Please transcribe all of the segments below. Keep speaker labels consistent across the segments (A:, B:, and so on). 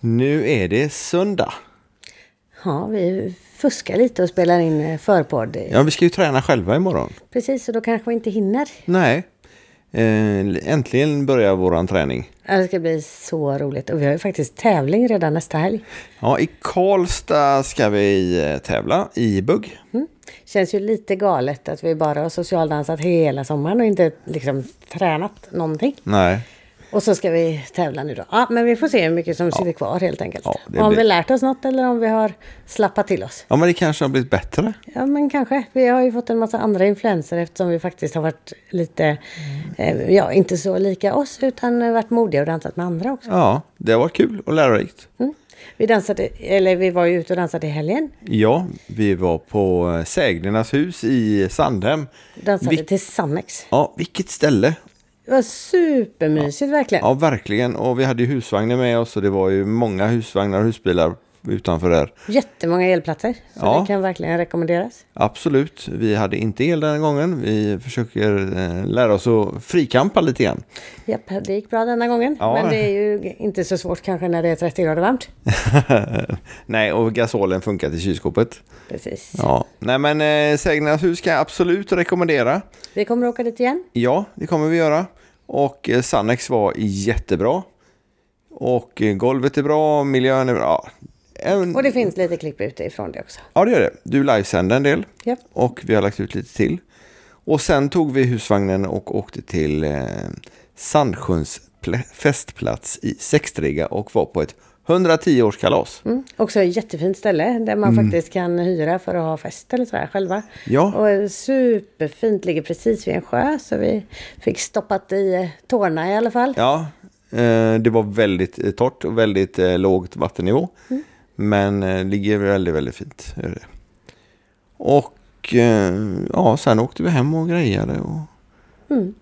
A: Nu är det söndag.
B: Ja, vi fuskar lite och spelar in eh, förpodd.
A: Ja, vi ska ju träna själva imorgon.
B: Precis, så då kanske vi inte hinner.
A: Nej. Eh, Äntligen börjar våran träning.
B: Ja, Det ska bli så roligt. Och vi har ju faktiskt tävling redan nästa helg.
A: Ja, i Karlstad ska vi eh, tävla i bugg.
B: Mm. Känns ju lite galet att vi bara har socialdansat hela sommaren och inte liksom tränat någonting.
A: Nej.
B: Och så ska vi tävla nu då. Ja, men vi får se hur mycket som sitter kvar helt enkelt.
A: Ja, det
B: om
A: blir-
B: vi lärt oss något eller om vi har slappat till oss.
A: Ja, men det kanske har blivit bättre.
B: Ja, men kanske. Vi har ju fått en massa andra influenser eftersom vi faktiskt har varit lite,
A: Mm.
B: eh, ja, inte så lika oss utan eh, varit modiga och dansat med andra också.
A: Ja, det var kul och lärorikt.
B: Mm. Vi dansade, eller vi var ju ute och dansade i helgen.
A: Ja, vi var på eh, Sägnernas hus i Sandhem.
B: Dansade
A: Vil-
B: till Sannex.
A: Ja, vilket ställe.
B: Det var supermysigt verkligen.
A: Ja, verkligen. Och vi hade ju husvagnar med oss och det var ju många husvagnar och husbilar utanför där.
B: Jättemånga elplatser. Så
A: Ja.
B: det kan verkligen rekommenderas.
A: Absolut, vi hade inte el den här gången. Vi försöker eh, lära oss att frikampa lite grann.
B: Japp, det gick bra denna gången.
A: Ja.
B: Men det är ju inte så svårt kanske när det är 30 grader varmt.
A: Nej, och gasolen funkar till kylskåpet.
B: Precis.
A: Ja. Nej, men eh, Sägnäs hus ska jag absolut rekommendera.
B: Vi kommer åka dit igen.
A: Ja, det kommer vi göra. Och eh, Sannex var jättebra. Och eh, golvet är bra, miljön är bra. Även...
B: Och det finns lite klipp utifrån det också.
A: Ja, det gör det. Du livesände en del.
B: Japp.
A: Och vi har lagt ut lite till. Och sen tog vi husvagnen och åkte till eh, Sandsjöns plä- festplats i Sextrega och var på ett 110-årskalas.
B: Mm. Också ett jättefint ställe där man faktiskt kan hyra för att ha fest eller sådär själva.
A: Mm. Ja.
B: Och superfint, ligger precis vid en sjö så vi fick stoppat i eh, tårna i alla fall.
A: Ja, eh, det var väldigt eh, torrt och väldigt eh, lågt vattennivå.
B: Mm.
A: Men eh, ligger väldigt, väldigt fint. Gör det. Och eh, ja, sen åkte vi hem och grejade. Och,
B: Mm.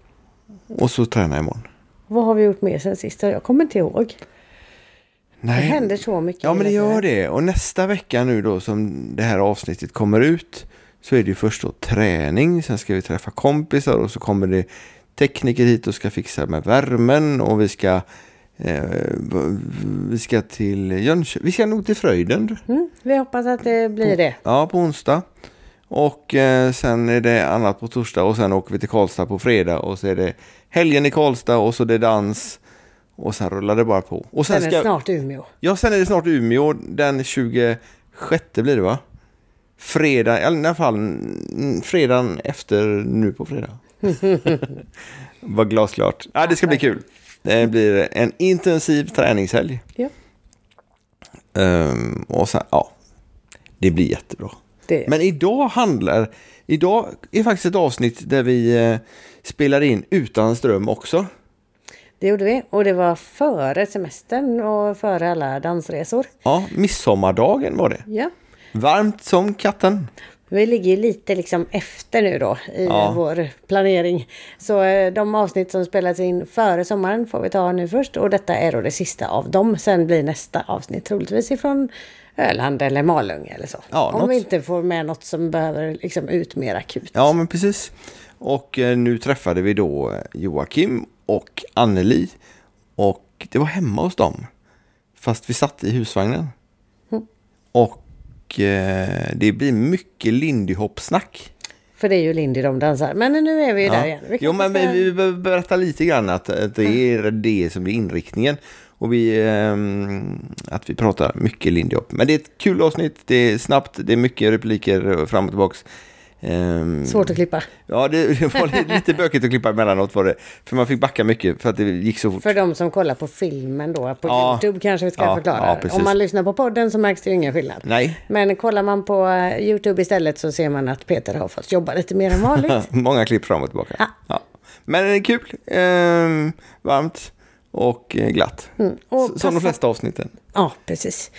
A: och så tränade jag imorgon.
B: Vad har vi gjort mer sen sist? Jag kommer inte ihåg. Det
A: Nej,
B: händer så mycket.
A: Ja, men det
B: hela
A: gör
B: tiden.
A: det. Och nästa vecka nu då som det här avsnittet kommer ut så är det ju först då träning, sen ska vi träffa kompisar och så kommer det tekniker hit och ska fixa med värmen och vi ska eh, v- vi ska till Jönköping, vi ska nog till Fröjden
B: Mm. Vi hoppas att det blir det.
A: ja, på onsdag. Och eh, sen är det annat på torsdag och sen åker vi till Karlstad på fredag och så är det helgen i Karlstad och så är det dans och sen rullar det bara på. Och
B: Sen är det snart Umeå.
A: Ja, sen är det snart Umeå. Den 26 blir det va? Fredag, eller i alla fall mm, fredagen efter nu på fredag. Vad glasklart. Ja, det ska bli kul. Det blir en intensiv träningshelg.
B: Ja.
A: Ehm, och sen, ja, det blir jättebra.
B: Det.
A: Men idag handlar, idag är faktiskt ett avsnitt där vi eh, spelar in utan ström också.
B: det gjorde vi. Och det var före semestern och före alla dansresor.
A: Ja, midsommardagen var det.
B: Ja.
A: Varmt som katten.
B: Vi ligger ju lite liksom efter nu då i
A: Ja.
B: vår planering. Så eh, de avsnitt som spelas in före sommaren får vi ta nu först. Och detta är då det sista av dem. Sen blir nästa avsnitt troligtvis ifrån Öland eller Malung eller så.
A: Ja,
B: Om
A: något.
B: vi inte får med något som behöver liksom ut mer akut.
A: Ja, men precis. Och eh, nu träffade vi då eh, Joakim och Anneli. Och det var hemma hos dem. Fast vi satt i husvagnen.
B: Mm.
A: Och eh, det blir mycket Lindy Hop-snack.
B: För det är ju Lindy de dansar. Men nu är vi ju där igen. Vi
A: Jo,
B: kanske
A: men
B: ska-
A: vi, vi behöver berätta lite grann att, att det
B: Mm.
A: är det som är inriktningen. Och vi, ehm, att vi pratar mycket Lindy Hop. Men det är ett kul avsnitt, det är snabbt, det är mycket repliker eh, fram och tillbaks. Ehm,
B: Svårt att klippa.
A: Ja, det, det var li- lite bökigt att klippa emellanåt var det. För man fick backa mycket för att det gick så fort.
B: För de som kollar på filmen då, på
A: Ja.
B: Youtube kanske vi ska
A: Ja, ja,
B: förklara.
A: precis. Mm.
B: Om man lyssnar på podden så märks det ju ingen skillnad.
A: Nej,
B: Men kollar man på eh, Youtube istället så ser man att Peter har fått jobba lite mer än vanligt.
A: många klipp fram och tillbaka.
B: Ja.
A: Men det är kul, ehm, varmt och eh, glatt.
B: Mm. och
A: S- Som de
B: passa-
A: flesta avsnitten.
B: ja, precis.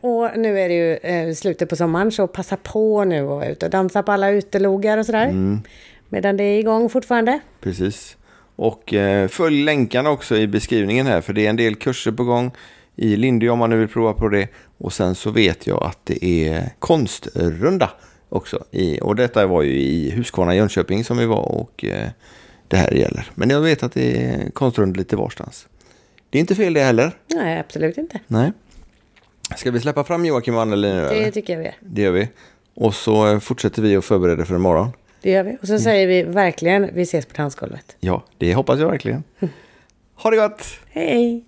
B: Och nu är det ju eh, slutet på sommaren så passa på nu och vara ute och dansa på alla utelogar och sådär.
A: Mm.
B: Medan det är igång fortfarande.
A: Precis. Och eh, följ länkarna också i beskrivningen här för det är en del kurser på gång i Lindy om man nu vill prova på det. Och sen så vet jag att det är konstrunda också. I, och detta var ju i Huskvarna i Jönköping som vi var och eh, det här gäller. Men jag vet att det är konstrunda lite varstans. Det är inte fel det heller.
B: Nej, absolut inte.
A: Nej. Ska vi släppa fram Joakim och Anneli nu?
B: Det
A: eller?
B: tycker jag vi gör.
A: Det gör vi. Och så eh, fortsätter vi att förbereda för imorgon.
B: Det gör vi. Och
A: Mm.
B: så säger vi verkligen, vi ses på dansgolvet.
A: Ja, det hoppas jag verkligen. Ha det gott!
B: Hej!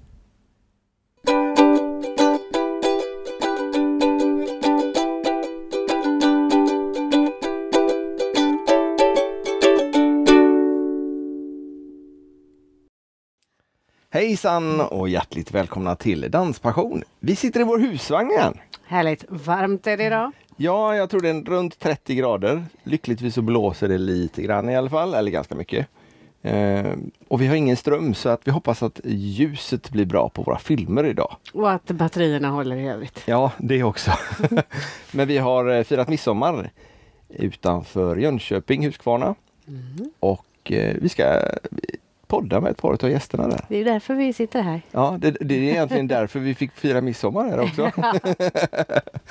A: Hejsan och hjärtligt välkomna till Danspassion. Vi sitter i vår husvagn igen.
B: Härligt. Varmt är det idag.
A: Ja, jag tror det är runt 30 grader. Lyckligtvis så blåser det lite grann i alla fall, eller ganska mycket. Eh, och vi har ingen ström så att vi hoppas att ljuset blir bra på våra filmer idag.
B: Och att batterierna håller i övrigt.
A: Ja, det också. Men vi har eh, firat midsommar utanför Jönköping, Huskvarna. Och eh, vi ska eh, podda med ett par av gästerna där.
B: Det är ju därför vi sitter här.
A: Ja, det, det är egentligen därför vi fick fira midsommar här också.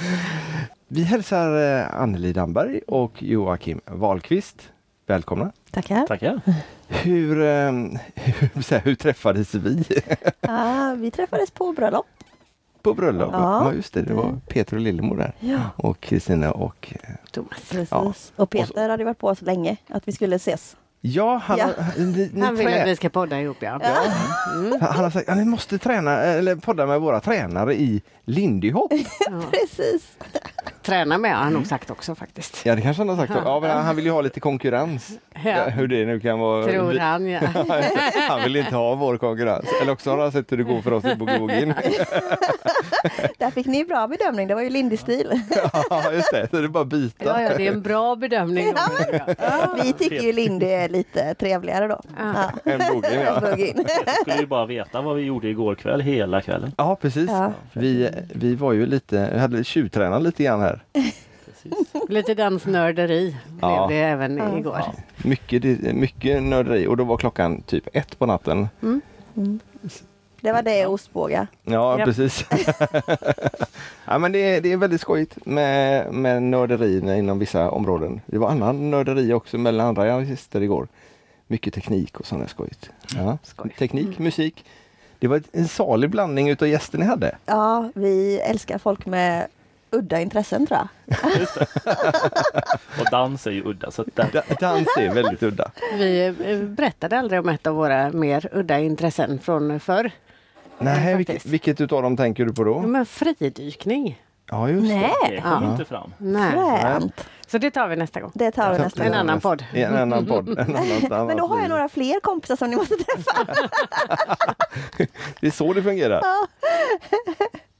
A: vi hälsar eh, Anneli Damberg och Joakim Wahlqvist. Välkomna!
C: Tackar.
D: Tackar.
A: Hur, eh, hur, så här, hur träffades vi?
C: Ah, vi träffades på bröllop.
A: På bröllop?
C: Ja.
A: Ja, just det. Det var Peter och Lillemor där.
C: Ja.
A: Och Kristina och... eh,
B: Thomas.
C: Precis.
A: Ja.
C: Och Peter hade varit på så länge att vi skulle ses.
A: Ja, han,
C: Ja.
A: Ni, ni
B: Han vill
A: trä-
B: att vi ska podda ihop ja.
A: han han har sagt att ni måste träna, eh, eller podda med våra tränare i lindy hop.
B: Ja.
C: Precis.
B: Träna med har han nog sagt också faktiskt.
A: Ja, det kanske han har sagt. Ja, men han- han vill ju ha lite konkurrens.
B: Ja.
A: Ja, hur det nu kan vara.
B: Tror
A: Vi-
B: han ja.
A: Han vill inte ha vår konkurrens. Eller också har han sett hur det går för oss i Bogin.
C: Där fick ni bra bedömning. Det var ju Lindy-stil.
A: Ja, just det. Så det är bara att
B: Ja,
A: byta.
B: ja, det är en bra bedömning. Då, menar jag.
C: Vi tycker ju Lindy är lite trevligare då.
B: Ja.
A: En Bogin,
C: Ja.
A: ja.
C: Bugg in.
D: Jag skulle ju bara veta vad vi gjorde igår kväll, hela kvällen.
A: Ja, precis.
C: Ja.
A: Vi, vi var ju lite, vi hade tjuvtränat lite grann här.
D: Precis.
B: Lite dansnörderi blev
A: Ja.
B: det även igår.
A: Mycket, di- mycket nörderi och då var klockan typ ett på natten.
C: Det var det och ostbåga.
A: Ja,
B: Japp.
A: precis. ja, men det, är- det är väldigt skojigt med, med nörderi inom vissa områden. Det var annan nörderi också mellan andra gäster igår. Mycket teknik och sånt där skojigt. Ja.
B: Skoj.
A: Teknik, musik. Det var ett- en salig blandning utav gäster ni hade.
C: Ja, vi älskar folk med udda intressen tror jag.
D: Och dans är ju udda, så att där,
A: Da- Dans är väldigt udda.
B: Vi eh, berättade aldrig om ett av våra mer udda intressen från förr.
A: Nej, vilket,
B: faktiskt. Mm.
A: vilket utav dem tänker du på då?
B: Men fridykning?
A: Ja, just det.
D: det
C: Nej,
D: kom inte fram.
B: Nej.
C: fränt.
B: Så det tar vi nästa gång.
C: Det tar vi nästa
B: En
C: gång.
B: annan podd.
A: I En annan podd. En annan,
C: Men då har jag några fler kompisar som ni måste träffa.
A: Det är så det fungerar.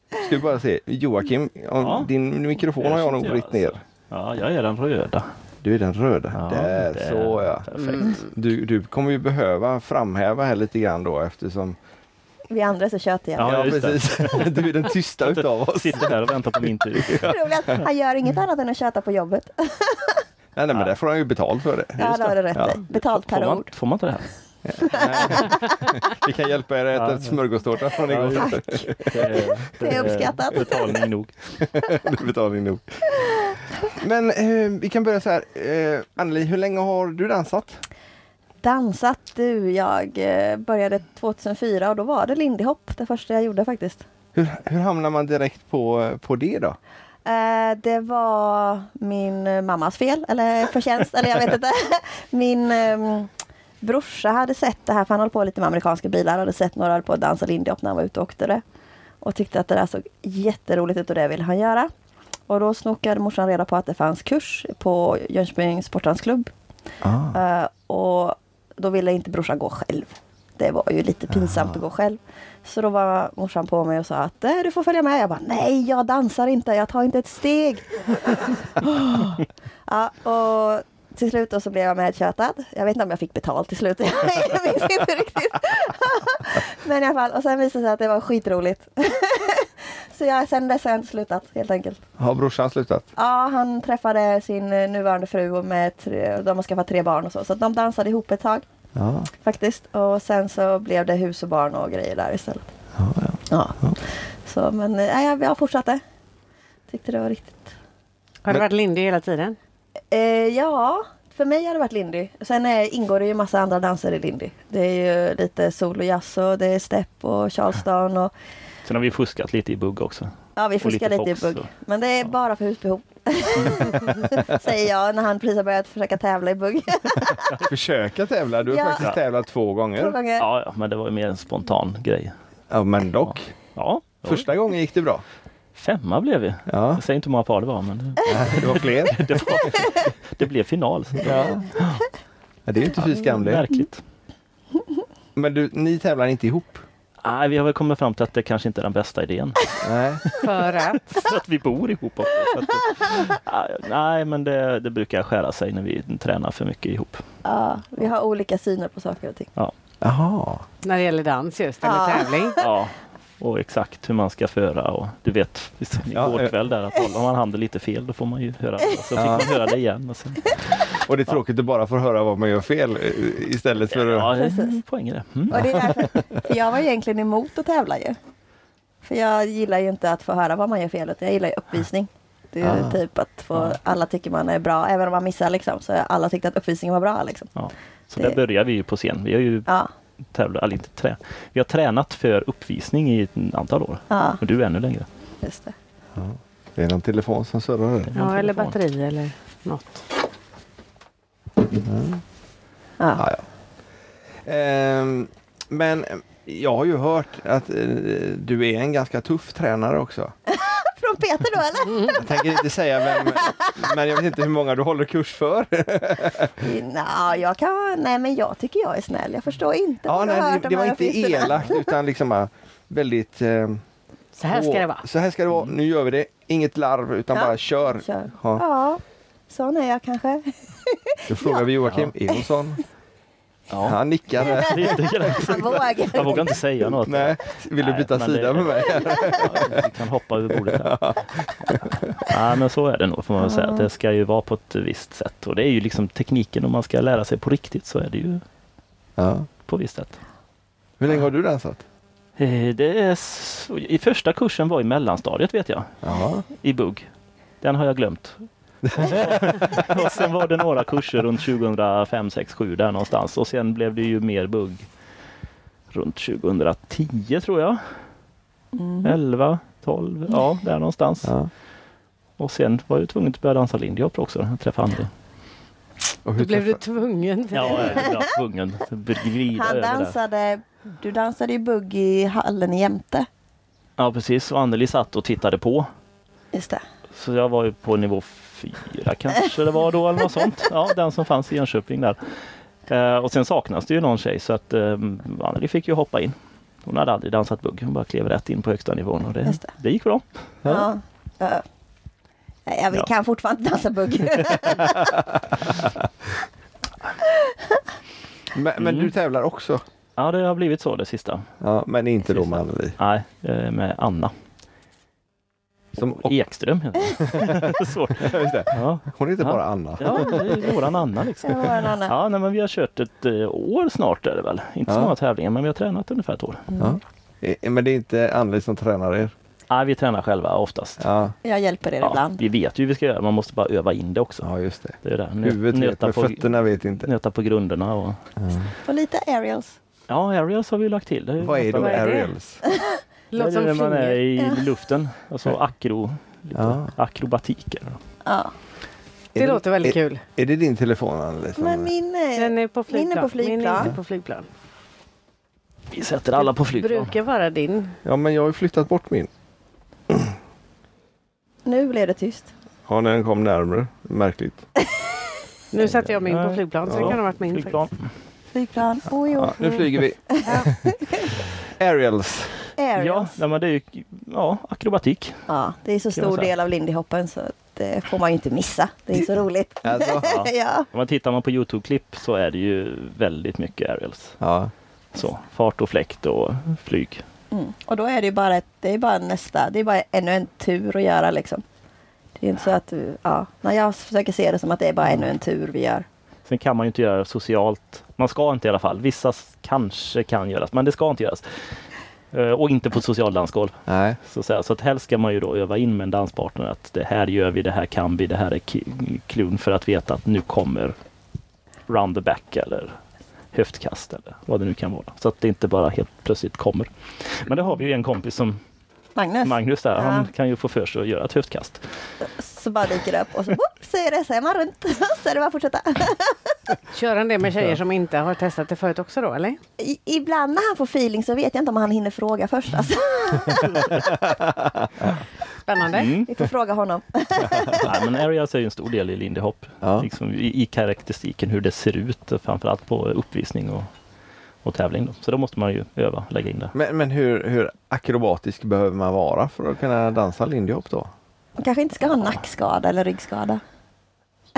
A: Ska vi bara se. Joakim, om
D: Ja.
A: din mikrofon har jag nog
D: Erkände
A: vritt ner.
D: alltså. Ja, jag är den röda.
A: Du är den röda.
D: Ja,
A: där,
D: där.
A: så ja. Mm.
D: Perfekt.
A: Du, du kommer ju behöva framhäva här lite grann då eftersom...
C: Vi andra är så tjötiga.
D: Ja, just det.
A: Du är den tysta utav oss.
D: Sitter här och väntar på min tur.
C: Roligt. Han gör inget annat än att köta på jobbet.
A: Nej, nej, men där får han ju betalt för det.
C: Ja, det har du rätt
A: Ja.
C: i. Betalt
D: Får
C: per
D: man,
C: ord.
D: får man inte det här?
A: Vi kan hjälpa er att äta smörgåstårta från
D: Ja,
A: igår.
D: Det är,
C: Det är uppskattat.
D: Betalning nog.
A: Det är betalning nog. Men eh, vi kan börja så här. Eh, Anneli, hur länge har du dansat?
C: Dansat du, jag eh, började 2004 och då var det lindy hop det första jag gjorde faktiskt.
A: Hur, hur hamnar man direkt på, på det då?
C: Eh, Det var min eh, mammas fel, eller förtjänst, eller jag vet inte. Min ehm, brorsa hade sett det här, för han höll på lite med amerikanska bilar, hade sett några höll på att dansa lindy hop när han var ute och åkte det. Och tyckte att det där såg jätteroligt ut och det ville han göra. Och då snokade morsan reda på att det fanns kurs på Jönköpings sportdansklubb
A: Ah.
C: Eh, och då ville inte brorsan gå själv. Det var ju lite pinsamt att gå själv. Så då var morsan på mig och sa att "Eh, du får följa med. Jag bara nej, jag dansar inte, jag tar inte ett steg. Åh. ja, och till slut då så blev jag medtjötad. Jag vet inte om jag fick betalt till slut. jag minns inte riktigt. Men i alla fall, och sen visade det sig att det var skitroligt. så jag, sen dess har jag inte slutat helt enkelt.
A: Har brorsan slutat?
C: Ja, han träffade sin eh, nuvarande fru och med tre, de har skaffat tre barn och så. Så att de dansade ihop ett tag
A: Ja.
C: faktiskt. Och sen så blev det hus och barn och grejer där istället.
A: Ja, ja.
C: Ja. Så, men eh, jag, jag fortsatte. Tyckte det var riktigt.
B: Har du
A: Men-
B: varit lindy hela tiden?
C: Eh, ja, för mig har det varit lindy. Sen eh, ingår det ju massa andra danser i lindy. Det är ju lite sol och jazz och det är step och charleston och
D: Sen har vi fuskat lite i bugg också.
C: Ja, vi
D: Och
C: fuskar
D: lite
C: lite,
D: Fox
C: i bugg.
D: då.
C: Men det är bara för husbehov. Säger jag när han precis har börjat försöka tävla i bugg.
A: Försöka tävla. Du har
C: Ja.
A: faktiskt tävlat två
C: Två
A: gånger.
C: gånger.
D: Ja, ja, men det var ju mer en spontan grej.
A: Ja, men dock.
D: Ja, det var-
A: Första gången gick det bra.
D: femma blev vi.
A: Ja,
D: Jag säger inte hur många par det var, men det,
A: det var fler.
D: det, var, det blev final. Så det
A: Ja. Ja, det är ju inte fy
D: var
A: skam det.
D: märkligt.
A: Men du, ni tävlar inte ihop?
D: Nej, vi har väl kommit fram till att det kanske inte är den bästa idén.
A: Nej.
B: För att?
D: För att vi bor ihop också. Så att det, Ja, nej, men det, det brukar skära sig när vi tränar för mycket ihop.
C: Ja, vi har olika syner på saker och ting.
D: Ja,
A: Jaha.
B: När det gäller dans just, eller
C: Ja.
B: tävling.
D: ja. och exakt hur man ska föra och du vet, visst, igår
A: Ja, ja.
D: kväll där att håller man handen lite fel då får man ju höra det. Så fick
A: Ja.
D: man höra det igen. Och sen,
A: Och det är tråkigt att bara få höra vad man gör fel eh, istället för att...
D: ja, det är en
C: Precis.
D: poäng i det. Mm.
C: Och det är därför, för jag var egentligen emot att tävla ju. För jag gillar ju inte att få höra vad man gör fel, utan jag gillar ju uppvisning. Det är ju
A: Ah.
C: typ att få, alla tycker man är bra, även om man missar liksom, så har alla tyckte att uppvisningen var bra liksom.
D: Ja. Så
C: Det-
D: där börjar vi ju på scen. Vi har ju
C: Ja,
D: tävlat, eller inte trä. Vi har tränat för uppvisning i ett antal år.
C: ja,
D: Och du ännu längre.
C: just det.
A: Det är någon telefon som surrar. där.
B: Ja, eller batteri eller något.
C: Ja.
A: Ja, ja. Ehm, men jag har ju hört att eh, du är en ganska tuff tränare också.
C: Från Peter då eller?
A: Jag tänker inte säga vem, men jag vet inte hur många du håller kurs för.
C: Nå, jag kan, nej men jag tycker jag är snäll. Jag förstår inte
A: Ja,
C: vad jag har
A: Ah, nej,
C: hört
A: det,
C: om
A: det var
C: alla
A: inte
C: fisterna.
A: elakt utan liksom bara väldigt... Eh,
B: Så här ska
A: åh,
B: det vara.
A: Så här ska det vara. Nu gör vi det. Inget larv utan
C: Ja.
A: bara kör.
C: Kör.
A: Ja.
C: Ja, sån är jag kanske.
A: Då frågar vi Joakim, är hon sån?
D: Ja.
A: Han nickar. där.
D: Lite grann.
A: Typ.
C: Han vågar.
D: Jag vågar inte säga något.
A: Nej, vill du
D: Nej,
A: byta
D: men
A: sida
D: det-
A: med mig?
D: Ja, Vi kan hoppa över bordet här. Ja, men så är det nog får man väl säga. Det ska ju vara på ett visst sätt. Och det är ju liksom tekniken om man ska lära sig på riktigt så är det ju
A: Ja.
D: på visst sätt.
A: Hur länge har du dansat?
D: Eh, Det är s- I första kursen var i mellanstadiet vet jag,
A: Ja.
D: i bugg. Den har jag glömt. och sen var det några kurser runt 2005, 6, 7 där någonstans. Och sen blev det ju mer bugg runt 2010 tror jag. 11, 12, ja där någonstans.
A: ja.
D: Och sen var jag tvungen att börja dansa lindyhop också. Jag träffade Andy.
A: Och hur
B: Då blev du
A: träffar-
B: tvungen. till
D: Ja,
B: det.
D: jag var tvungen att glida
C: Han
D: över där.
C: dansade, du dansade ju bugg i hallen i Jämte.
D: Ja, precis. Och Anneli satt och tittade på.
C: Just det.
D: Så jag var ju på nivå fyra kanske det var då eller något sånt. Ja, den som fanns i Jönköping där. Eh, och sen saknas det ju någon tjej så att eh, Anneli fick ju hoppa in. Hon hade aldrig dansat bugg. Hon bara klev rätt in på högsta nivån och det,
C: Just det.
D: det gick bra.
C: Ja. Ja. Nej, Jag
D: Ja.
C: kan fortfarande inte dansa bugg.
A: Men, men du tävlar också?
D: Ja, det har blivit så det sista.
A: Mm. Ja, men inte då
D: Precis.
A: med Anneli.
D: Nej, eh, med Anna
A: Som, och,
D: Ekström. heter hon. Svårt.
A: just det.
D: Ja,
A: Hon heter
D: Ja.
A: bara Anna.
D: ja, det är ju våran Anna liksom.
C: Det var en annan.
D: Ja, nej, men vi har kört ett eh, år snart är det väl. Inte så
A: Ja.
D: många tävlingar men vi har tränat ungefär ett år.
A: Ja. Eh, Men det är inte Anneli som tränar er?
D: Nej, vi tränar själva oftast.
A: Ja,
C: Jag hjälper er
D: Ja,
C: ibland.
D: vi vet ju hur vi ska göra, man måste bara öva in det också.
A: ja just det.
D: Det är det. Nö-
A: Huvudet vet,
D: nöta,
A: men
D: på,
A: fötterna vet inte.
D: nöta på grunderna och...
C: Och lite aerials.
D: Ja, aerials har vi lagt till. Det ju
A: Vad är
D: nästan-
A: då
B: Vad är det?
A: aerials?
D: Det är
B: Låt som
D: när man är
B: finger.
D: i luften. Alltså akro... Lite
A: Ja.
D: akrobatik. eller något.
C: Ja.
A: Är
B: Det låter väldigt
A: är,
B: kul.
A: Är det din telefon Anneli? som-
C: Men min... eh,
B: Den är på flygplan.
C: Min är på
B: Min är
C: flygplan.
B: inte på flygplan.
D: Vi sätter alla på flygplan.
B: Brukar vara din.
A: Ja men jag har ju flyttat bort min.
C: Nu blev det tyst.
A: Ja när den kom närmare. Märkligt.
B: Nu satte jag min på
D: Nej.
B: flygplan så det
A: Ja,
B: kan ha varit min.
D: Flygplan.
C: Flygplan. Oj, oj.
A: Ja, nu flyger vi. aerials.
D: Ja,
C: Aerials. Ja.
D: nej, men det är ju ja, akrobatik.
C: det är så stor
D: man säga.
C: del av lindyhoppen så det får man ju inte missa. Det är så roligt.
A: Alltså,
D: Ja.
C: Ja.
D: Om man tittar man på Youtube-klipp så är det ju väldigt mycket aerials.
A: ja.
D: Så, fart och fläkt och flyg.
C: Mm. Och då är det ju bara, ett, det är bara nästa, det är bara ännu en tur att göra liksom. Det är inte så att du, ja. Nej, jag försöker se det som att det är bara ännu en tur vi gör.
D: Sen kan man ju inte göra socialt. Man ska inte i alla fall. Vissa s- kanske kan göras, men det ska inte göras. Eh, Och inte på ett socialdansgolv.
A: Nej.
D: Så, att säga. så att helst ska man ju då öva in med en danspartner att det här gör vi, det här kan vi, det här är ki- klun för att veta att nu kommer round the back eller höftkast eller vad det nu kan vara. Så att det inte bara helt plötsligt kommer. Men det har vi ju en kompis som
C: Magnus.
D: Magnus där, han
C: Alltså, Ja.
D: kan ju få för sig att göra ett höftkast.
C: Så bara dyker det upp och så whoop, så är det, så är man runt. Så är det bara att fortsätta.
B: Kör han det med tjejer som inte har testat det förut också då, eller?
C: I, ibland när han får feeling så vet jag inte om han hinner fråga först. Alltså,
B: Spännande.
D: Mm.
C: vi får fråga honom.
D: Nej, men areas är ju en stor del i Lindy Hop.
A: Ja.
D: Liksom i, I karaktäristiken hur det ser ut, framförallt på uppvisning och, och tävling. Då. Så då måste man ju öva, lägga in det.
A: Men, men hur, hur akrobatisk behöver man vara för att kunna dansa lindy hop då?
C: Man kanske inte ska ha nackskada eller ryggskada.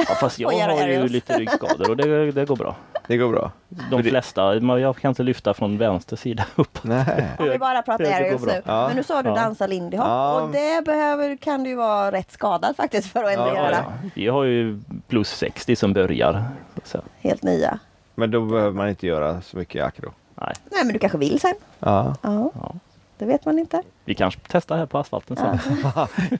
D: Ja, fast jag
C: Och göra
D: har ju
C: aerials.
D: lite ryggskador och det, det går bra.
A: Det går bra?
D: De
A: För det-
D: flesta, man- jag kan inte lyfta från vänster sida upp.
A: Nej.
C: Om vi bara pratar
D: Höger går
C: aerials
D: bra.
C: nu.
A: Ja.
C: Men nu sa du
D: Ja.
C: dansa lindy hop
A: Ja.
C: och det behöver, kan du ju vara rätt skadad faktiskt för att ändå
A: Ja,
C: göra.
D: Vi har ju plus 60 som börjar. Så,
C: Helt nya.
A: Men då behöver man inte göra så mycket akro?
D: nej,
C: Nej men du kanske vill sen.
A: Ja.
C: Ja,
D: ja.
C: det vet man inte.
D: Vi kanske testar här på asfalten sen.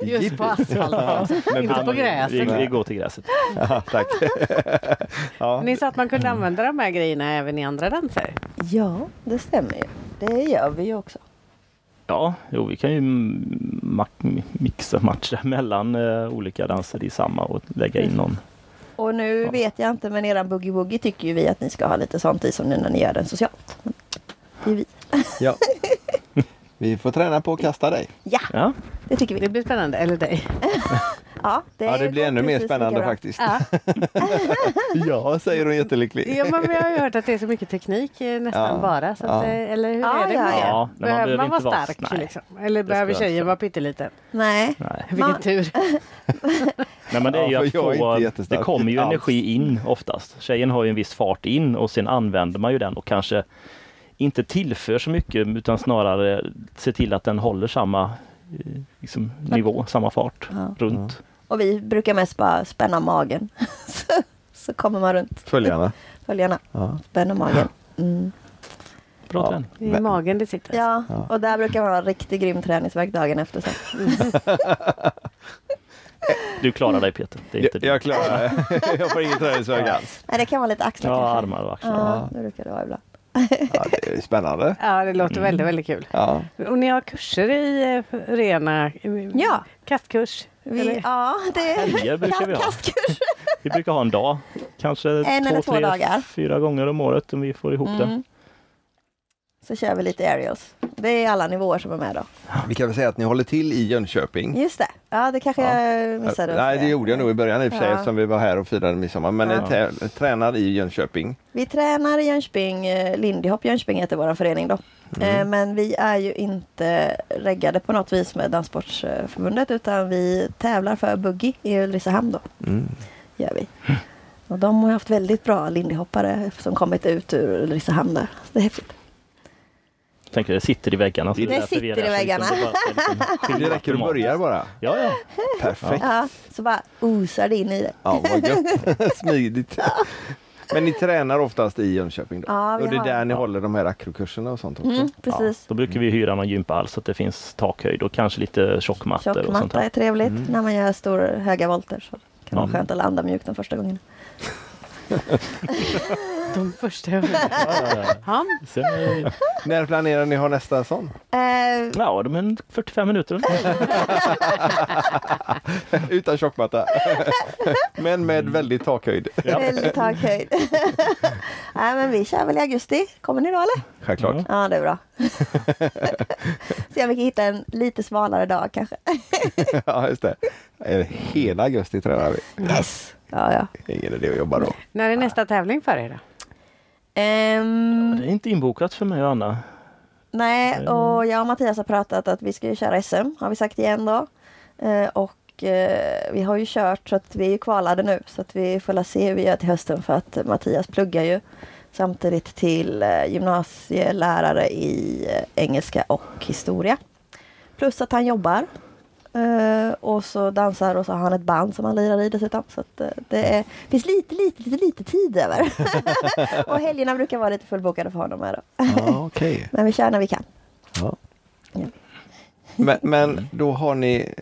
B: Just på asfalt. inte på
D: Vi,
B: gräset.
D: vi går till gräset.
A: Ja, tack.
B: Ni sa att man kunde använda de här grejerna även i andra danser.
C: Ja, det stämmer ju. Det gör vi ju också.
D: Ja, jo, vi kan ju mm, ma- mixa matcha mellan eh, olika danser i samma och lägga in någon.
C: Och nu
D: Ja.
C: vet jag inte, men eran boogie woogie tycker ju vi att ni ska ha lite sånt i som nu när ni gör den socialt. Men Det är vi.
A: Ja. Vi får träna på att kasta dig.
C: Ja,
D: Ja,
C: det tycker vi.
B: Det blir spännande. Eller dig.
C: Ja, det,
A: Ja, det
C: går
A: blir ännu mer
C: precis lika
A: spännande
C: bra.
A: faktiskt.
C: Ja.
A: Ja, säger hon jättelycklig.
B: Ja, men vi har ju hört att det är så mycket teknik eh, nästan
A: Ja.
B: bara. Så att,
A: Ja.
B: eh, Eller hur
C: Ja,
B: är det
C: ja,
B: med
C: ja.
B: det?
D: Ja, men man
B: behöver
D: behöver
B: man vara
D: inte vara-
B: stark?
D: nej.
B: liksom? Eller behöver
D: ska jag
B: tjejen
D: inte.
B: vara pytteliten?
C: Nej.
D: nej.
B: Vilken
C: Man-
B: tur.
D: Nej, men det är ju
A: Ja, för
D: att
A: jag är
D: få,
A: inte jättestark
D: det kommer ju
A: alls.
D: energi in oftast. Tjejen har ju en viss fart in och sen använder man ju den och kanske inte tillför så mycket utan snarare ser till att den håller samma eh, liksom, nivå, samma fart
C: Ja.
D: runt.
C: Och vi brukar mest bara spänna magen. så, så kommer man runt
A: Följarna.
C: följarna.
A: Ja.
C: Spänna magen. Mm.
D: Bra
A: Ja.
D: träning.
B: Det är i magen det sitter.
C: Ja, och där brukar man ha riktigt grym träningsvärk dagen efter sen.
D: Du klarar dig Peter. Det är inte
A: Jag,
D: du.
A: jag klarar det. Jag får ingen träningsvärk alls.
C: Nej, det kan vara lite axlar
D: ja,
C: kanske.
D: armar och axlar.
C: Ja, det brukar det vara ibland.
A: Ja, det är spännande.
B: Ja, det låter
D: Mm.
B: väldigt, väldigt kul.
A: Ja.
B: Och ni har kurser i eh, rena...
C: Ja.
B: Kastkurs?
C: Vi,
B: eller?
C: ja, det
D: Helger brukar vi ha.
C: Kastkurs.
D: Vi brukar ha en dag, kanske
C: En
D: två,
C: eller två
D: tre,
C: dagar. Mm.
D: fyra gånger om året om vi får ihop det.
C: Så kör vi lite aerials. Det är alla nivåer som är med då.
A: Vi kan väl säga att ni håller till i Jönköping.
C: Just det. Ja, det kanske jag missade. att
A: Mm. Nej, det
C: säga.
A: gjorde jag nog i början i och för sig
C: Ja.
A: eftersom vi var här och firade midsommar. Men
D: Ja.
A: ja. tränar i Jönköping.
C: Vi tränar i Jönköping, eh, Lindy Hop Jönköping heter vår förening då.
A: Mm.
C: Eh, Men vi är ju inte reggade på något vis med Danssportsförbundet utan vi tävlar för Buggy i Ulricehamn då.
A: Mm.
C: Gör vi. Och de har haft väldigt bra lindyhoppare som kommit ut ur Ulricehamn där. Så Det är häftigt.
D: Jag tänker det sitter i väggarna. så
A: Det
D: är därför vi är
C: sitter i
D: där, så
C: väggarna.
D: liksom det bara ska liksom skilja
A: Det räcker att
D: automatiskt.
A: börja bara.
D: Ja, ja.
A: Perfekt.
C: Ja, så bara osar det in i det.
A: Ja, vad gött. Smidigt. Men ni tränar oftast i Jönköping då?
C: Ja, vi
A: och det är
C: har-
A: där ni håller de här akrokurserna och sånt också?
C: Mm, precis.
D: Då brukar vi hyra någon gympahall så att det finns takhöjd och kanske lite tjockmattor och sånt
C: Tjockmatta
D: där. Mm.
C: är trevligt när man gör stora höga volter. Så kan det vara
D: Ja.
C: skönt att landa mjukt den första gången.
B: De första jag ja.
D: Sen, eh,
A: När planerar ni ha nästa sån?
C: Eh,
D: ja, de är en 45 minuter.
A: Utan tjockmatta. Men med väldigt takhöjd.
C: Väldigt hög höjd. Nej, men vi kör väl i augusti. Kommer ni då eller?
A: Självklart.
D: Ja.
C: Ja, det är bra. Se om vi kan hitta en lite smalare dag kanske.
A: Ja, just det. Eh, Hela augusti tränar vi.
C: Yes! Ja, ja.
A: Ingen idé att jobba då.
B: När är nästa tävling för er då?
C: Ehm,
D: Det är inte inbokat för mig och Anna.
C: nej, och jag och Mattias har pratat att vi ska ju köra SM, har vi sagt igen då. Eh, och eh, vi har ju kört så att vi är ju kvalade nu så att vi får la se hur vi gör till hösten för att Mattias pluggar ju samtidigt till eh, gymnasielärare i eh, engelska och historia. Plus att han jobbar. Eh, och så dansar och så har han ett band som han lirar i dessutom. Så att, eh, det är, finns lite, lite, lite, lite tid över. och helgerna brukar vara lite fullbokade för honom här då.
A: Ja, okej.
C: Men vi kör när vi kan.
A: Ja.
C: Ja.
A: Men, men då har ni...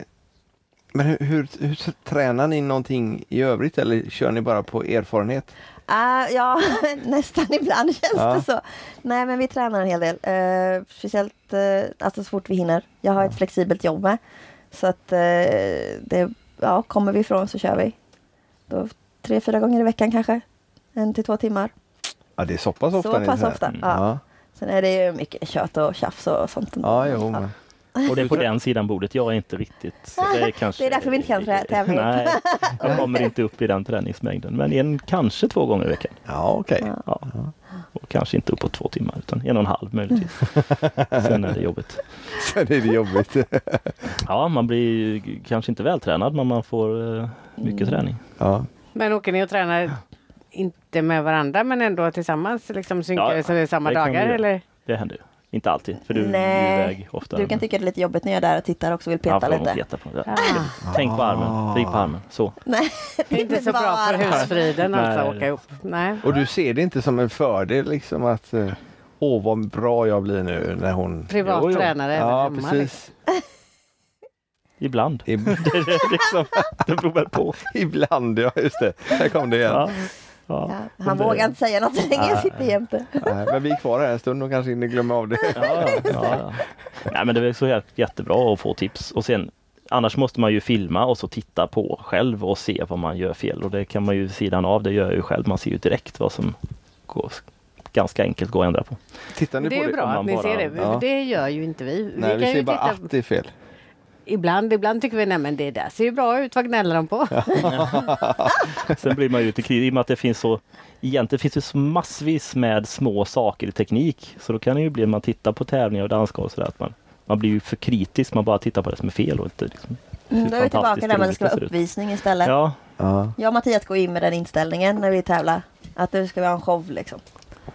A: Men hur, hur, hur tränar ni någonting i övrigt eller kör ni bara på erfarenhet?
C: Ah, ja, nästan ibland känns
A: Ja.
C: det så. Nej, men vi tränar en hel del. Eh, speciellt eh, alltså så fort vi hinner. Jag har ett flexibelt jobb med. Så att eh, det, ja, kommer vi ifrån så kör vi. Då, tre, fyra gånger i veckan kanske. En till två timmar.
A: Ja, det är så pass ofta.
C: så
A: ni
C: pass
A: tränar.
C: ofta. Ja.
A: Mm. Ja,
C: Sen är det ju mycket kött och tjafs och sånt. ändå.
A: ja jo. Men.
D: Och det är på den sidan bordet. Jag är inte riktigt... Det är, kanske,
C: Det är därför vi inte kan trä- tävla ihop.
D: Nej, jag kommer inte upp i den träningsmängden. Men en, kanske två gånger i veckan.
A: Ja, okej.
D: Ja. Och kanske inte uppåt två timmar, utan en och en halv möjligtvis. Sen är det jobbigt.
A: Sen är det jobbigt.
D: Ja, man blir ju g- kanske inte vältränad, men man får eh,
C: Mm.
D: mycket träning.
A: Ja.
B: Men åker ni och tränar, inte med varandra, men ändå tillsammans? Liksom synkar
D: Ja,
B: så det är samma
D: det kan vi
B: dagar?
D: göra.
B: Eller?
D: Det händer ju. Inte alltid, för du är
C: Nej.
D: ju iväg ofta.
C: Du kan tycka det är lite jobbigt när jag är där och tittar också och vill
D: Ja,
C: peta
D: får man
C: lite.
D: peta på. Ja.
B: Ah,
D: Tänk på armen, vrid på armen. Så.
C: Nej,
B: det är inte så bra för
C: bara-
B: husfriden alltså,
D: Nej.
B: att åka ihop. Nej.
A: Och du ser det inte som en fördel liksom att eh, åh vad bra jag blir nu när hon...
B: Privat
D: Jo, jo.
B: tränare även
A: Ja,
B: hemma. liksom.
A: precis.
D: Ibland.
A: Ib-
D: Det, är liksom, det beror väl på.
A: Ibland, ja just det. Här kom det igen.
D: Ja. Ja.
C: Ja, han vågar inte säga något så länge jag sitter jämte.
A: Nej, men vi är kvar här en stund och kanske hinner glömma av det.
D: Ja, ja, ja. Nej, men det är väl så jä- jättebra att få tips. Och sen, annars måste man ju filma och så titta på själv och se vad man gör fel. Och det kan man ju vid sidan av, det gör jag ju själv. Man ser ju direkt vad som går, ganska enkelt går att ändra på.
A: Tittar ni
B: Det
A: på
B: är ju bra
D: om man
B: att ni
D: bara-
B: ser det.
A: Ja.
B: Det gör ju inte vi.
A: Nej, vi,
B: kan
A: ser
B: ju
A: bara
B: titta-
A: att det är fel.
B: Ibland, ibland tycker vi nej men det där ser ju bra ut, vad gnäller de på?
D: Sen blir man ju lite kritisk, i och med att det finns så Egentligen finns det så massvis med små saker i teknik. Så då kan det ju bli, när man tittar på tävlingar och dansgolv och sådär, att man, man blir ju för kritisk. Man bara tittar på det som är fel och inte liksom,
C: Mm,
D: hur
C: då är vi tillbaka
D: fantastiskt
C: där men det ska
D: roligt
C: vara
D: ser ut.
C: uppvisning istället.
D: Ja,
A: Ja.
C: Jag och Mattias går in med den inställningen när vi tävlar. Att nu ska vi ha en show liksom.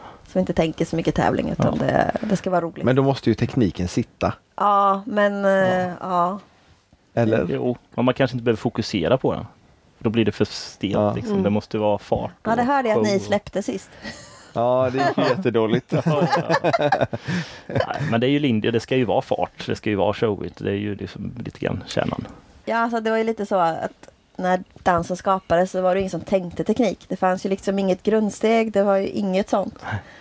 C: Så vi inte tänker så mycket tävling utan det, det ska vara roligt.
A: Men då måste ju tekniken sitta.
C: ja, men eh, ja.
A: Eller?
D: Jo, men man kanske inte behöver fokusera på den. Då blir det för stelt.
A: Ja.
D: Liksom. Det måste vara fart.
C: Mm. Ja, det
D: och
C: hörde jag att
D: show
C: ni
D: och-
C: släppte sist.
A: Ja, det gick ju jättedåligt.
D: Ja, ja. Nej, men det är ju linje, det ska ju vara fart, det ska ju vara showigt. Det är ju liksom lite grann kärnan.
C: Ja, alltså det var ju lite så att när dansen skapades så var det ingen som tänkte teknik. Det fanns ju liksom inget grundsteg, det var ju inget sånt.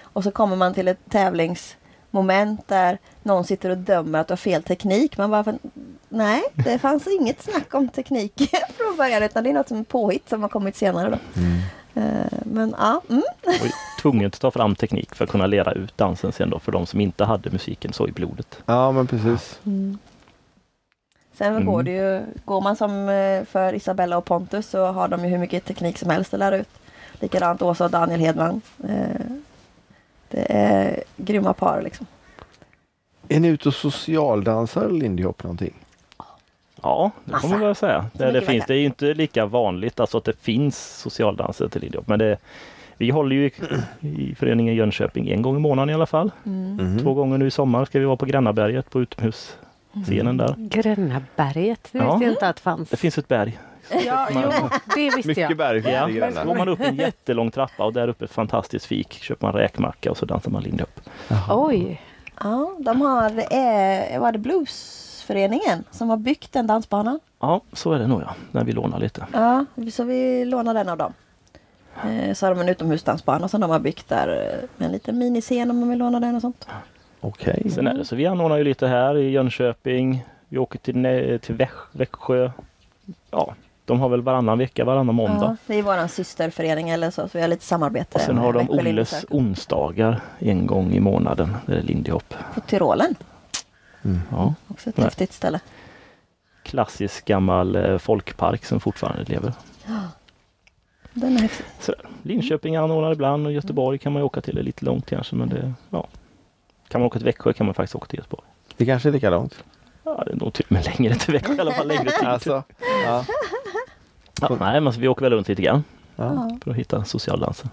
C: Och så kommer man till ett tävlingsmoment där någon sitter och dömer att du har fel teknik. Man bara, nej, det fanns inget snack om teknik från början utan det är något som är påhitt som har kommit senare då. Eh, Men ja, mm.
D: Och tvungen att ta fram teknik för att kunna leda ut dansen sen då för de som inte hade musiken så i blodet.
A: Ja, men precis.
C: Mm. Sen
D: Mm.
C: går det ju, går man som eh, för Isabella och Pontus så har de ju hur mycket teknik som helst att lära ut. Likadant Åsa och Daniel Hedman. Eh, Det är grymma par liksom.
A: Är ni ute och socialdansar lindy hop någonting?
D: Ja, det får
C: Massa.
D: man väl säga. Det, det,
C: mycket
D: finns,
C: verkar.
D: det är ju inte lika vanligt alltså, att det finns socialdanser till lindy hop, men det, vi håller ju i, i föreningen Jönköping en gång i månaden i alla fall.
C: Mm.
D: Två gånger nu i sommar ska vi vara på Grännaberget på
C: Mm.
D: utomhusscenen där.
B: Grännaberget, det
D: Ja.
B: visste jag inte att fanns.
D: Det finns ett berg.
B: Ja, jo, det visste jag.
A: Mycket berg
D: Ja.
A: i
D: Så går
A: Gränna.
D: man upp en jättelång trappa och där uppe ett fantastiskt fik. Köper man räkmacka och så dansar man lindy hop.
B: Oj,
C: Ja, de har, eh, vad är det, Bluesföreningen som har byggt den dansbanan.
D: Ja, så är det nog ja, när vi lånar lite.
C: Ja, så vi lånar den av dem. Eh, Så har de en utomhusdansbana som de har byggt där eh, med en liten miniscen om man vill låna den och sånt.
A: Okej.
D: Sen är det så vi anordnar ju lite här i Jönköping. Vi åker till, Nä- till Väx- Växjö. Ja, de har väl varannan vecka, varannan
C: Ja,
D: måndag.
C: det är vår systerförening eller så, så vi har lite samarbete.
D: Och sen har de
C: med Växjö
D: Olles
C: Lindesök.
D: onsdagar en gång i månaden. Där det är lindy hop.
C: På Tyrolen,
D: Ja.
C: också ett
D: Nej.
C: häftigt ställe.
D: Klassisk gammal eh, folkpark som fortfarande lever.
C: Den är häftig.
D: Sådär. Linköping anordnar ibland och Göteborg kan man ju åka till. Det är lite långt kanske men det, ja. Kan man åka till Växjö kan man faktiskt åka till Göteborg.
A: Det kanske är likadant.
D: Ja, det är nog till och med längre till Växjö i alla fall. Längre tid.
A: Alltså, ja.
D: Ja, nej, men så vi åker väl runt lite grann
A: Ja.
D: för att hitta socialdansen.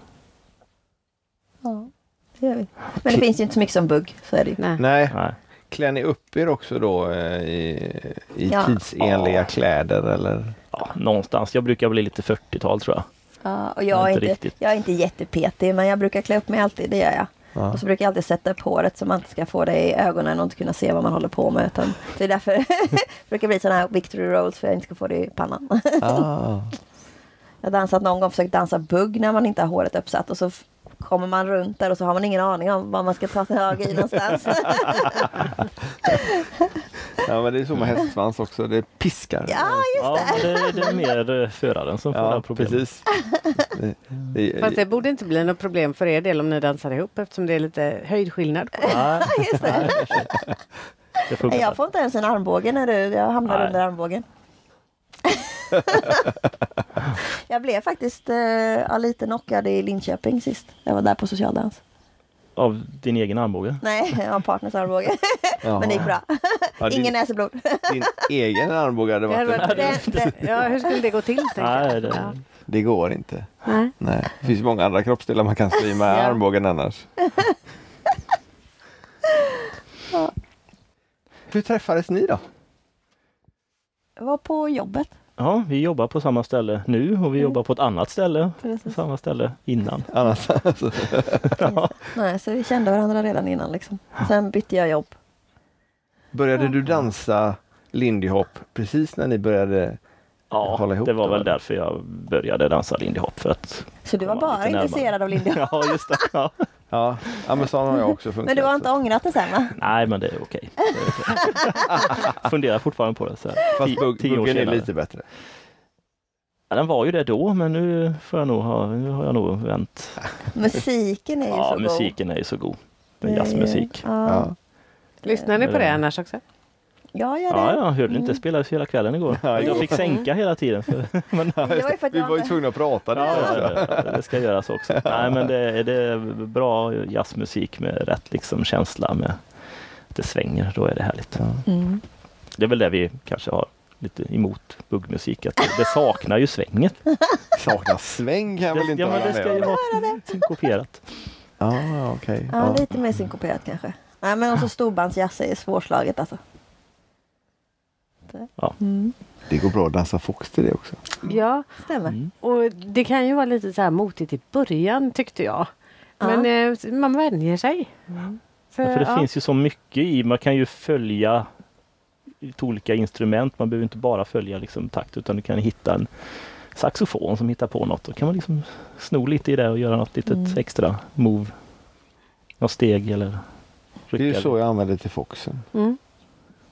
C: Ja, det gör vi. Men det finns ju inte så mycket som bugg, så är det ju.
B: nej.
A: Nej,
D: Nej.
A: klär ni upp er också då eh, i, i
C: Ja.
A: tidsenliga
D: Ja.
A: kläder eller?
D: Ja, någonstans. Jag brukar bli lite 40-tal tror jag.
C: Ja, och jag, är
D: Inte
C: inte
D: riktigt.
C: jag är inte jättepetig, men jag brukar klä upp mig alltid, det gör jag.
A: Ja.
C: Och så brukar jag alltid sätta upp håret så man inte ska få det i ögonen och inte kunna se vad man håller på med. Utan det är därför det brukar bli sådana här victory rolls för jag inte ska få det i pannan.
A: Ah.
C: Jag har dansat någon gång, försökt dansa bugg när man inte har håret uppsatt och så f- kommer man runt där och så har man ingen aning om vad man ska ta sig höger i någonstans.
A: Ja, men det är så med hästsvans också. Det piskar.
C: ja, just
D: Ja, det, det är mer eh, föraren som får det här
A: Ja,
D: problemet.
A: precis. Det, det,
B: Fast det borde inte bli något problem för er del om ni dansar ihop eftersom det är lite höjdskillnad. på-
D: Nej,
C: just det.
D: nej, ursäkta. det
C: Nej,
D: funkar.
C: Jag får inte ens en armbåge när du, jag hamnar
D: Nej.
C: under armbågen. jag blev faktiskt eh, ja, lite knockad i Linköping sist. Jag var där på socialdans.
D: Av din egen armbåge?
C: Nej, jag har partners armbåge.
A: Jaha.
C: Men det gick bra.
A: Ja, din,
C: Ingen näsblod.
A: din egen armbåge hade
B: Det hade
A: varit en...
B: varit-
C: Det- det-
B: Ja, hur skulle det gå till? tänkte jag.
D: Nej,
B: Ja.
D: det,
A: Det går inte.
B: Nej.
A: Nej. Det finns ju många andra kroppsdelar man kan sy med
B: Ja.
A: armbågen annars. Hur träffades ni då?
C: Jag var på jobbet.
D: ja, vi jobbar på samma ställe nu och
C: Mm.
D: vi jobbar på ett annat ställe. På
C: Precis.
D: samma ställe innan.
A: Annars, alltså,
C: Nej, så vi kände varandra redan innan liksom. Sen bytte jag jobb.
A: började du dansa lindy hop precis när ni började? Hålla
D: Ja,
A: ihop
D: det var
A: då,
D: väl
A: eller?
D: därför jag började dansa lindy hop. För att,
C: Så du var
D: Komma lite
C: bara
D: närmare.
C: intresserad av Lindy Hop.
D: ja, just det. Ja.
A: Ja, ja men sån har jag också funkat.
C: Men du har inte
A: så.
C: ångrat det sen va?
D: Nej, men det är okej. Det är okej. Funderar fortfarande på det. Så här,
A: Fast
D: ti-
A: bugg-
D: tio år
A: buggen är
D: senare.
A: lite bättre.
D: Ja, den var ju det då, men nu, får jag nog ha, nu har jag nog vänt.
C: Musiken är ju
D: Ja,
C: så god.
D: musiken är ju så god. Det är
C: Det är ju-
D: jazzmusik.
C: Ja,
A: Ja.
B: Lyssnar ni på det annars också?
C: jag gör det.
D: Ja, jag hörde inte. Jag spelade ju hela kvällen igår.
A: Mm. Ja,
D: Jag
A: igår.
D: fick sänka hela tiden. För, men, ja,
C: Det var ju för att
A: Vi
C: jag
A: var ju
C: inte-
A: tvungna att prata lite också.
D: ja, ja, det ska göras också. Nej, men det, det är bra jazzmusik med rätt liksom känsla. Med att det svänger, då är det härligt.
C: Mm.
D: Det är väl det vi kanske har lite emot buggmusik. Att det saknar ju svänget.
A: Saknar sväng kan jag väl
D: Det,
A: inte
D: ja, men
A: hålla
D: det
A: med
D: ska ju
A: om.
D: vara synkoperat.
A: Ja, okej.
C: Ja,
A: Ja.
C: lite mer synkoperat kanske. Nej, men också storbandsjazz är svårslaget alltså.
D: Ja.
C: Mm.
A: Det går bra att dansa fox till det också.
B: Ja,
C: Stämmer.
B: och det kan ju vara lite så här motigt i början tyckte jag. Men eh, man vänjer sig.
C: Mm.
B: Så,
D: Ja, för det
B: ja.
D: finns ju så mycket i. Man kan ju följa ut olika instrument. Man behöver inte bara följa liksom takt utan du kan hitta en saxofon som hittar på något. Då kan man liksom sno lite i det och göra något litet extra move. Något steg eller
A: Det är ju
D: rycka.
A: så jag använder till foxen.
B: Mm.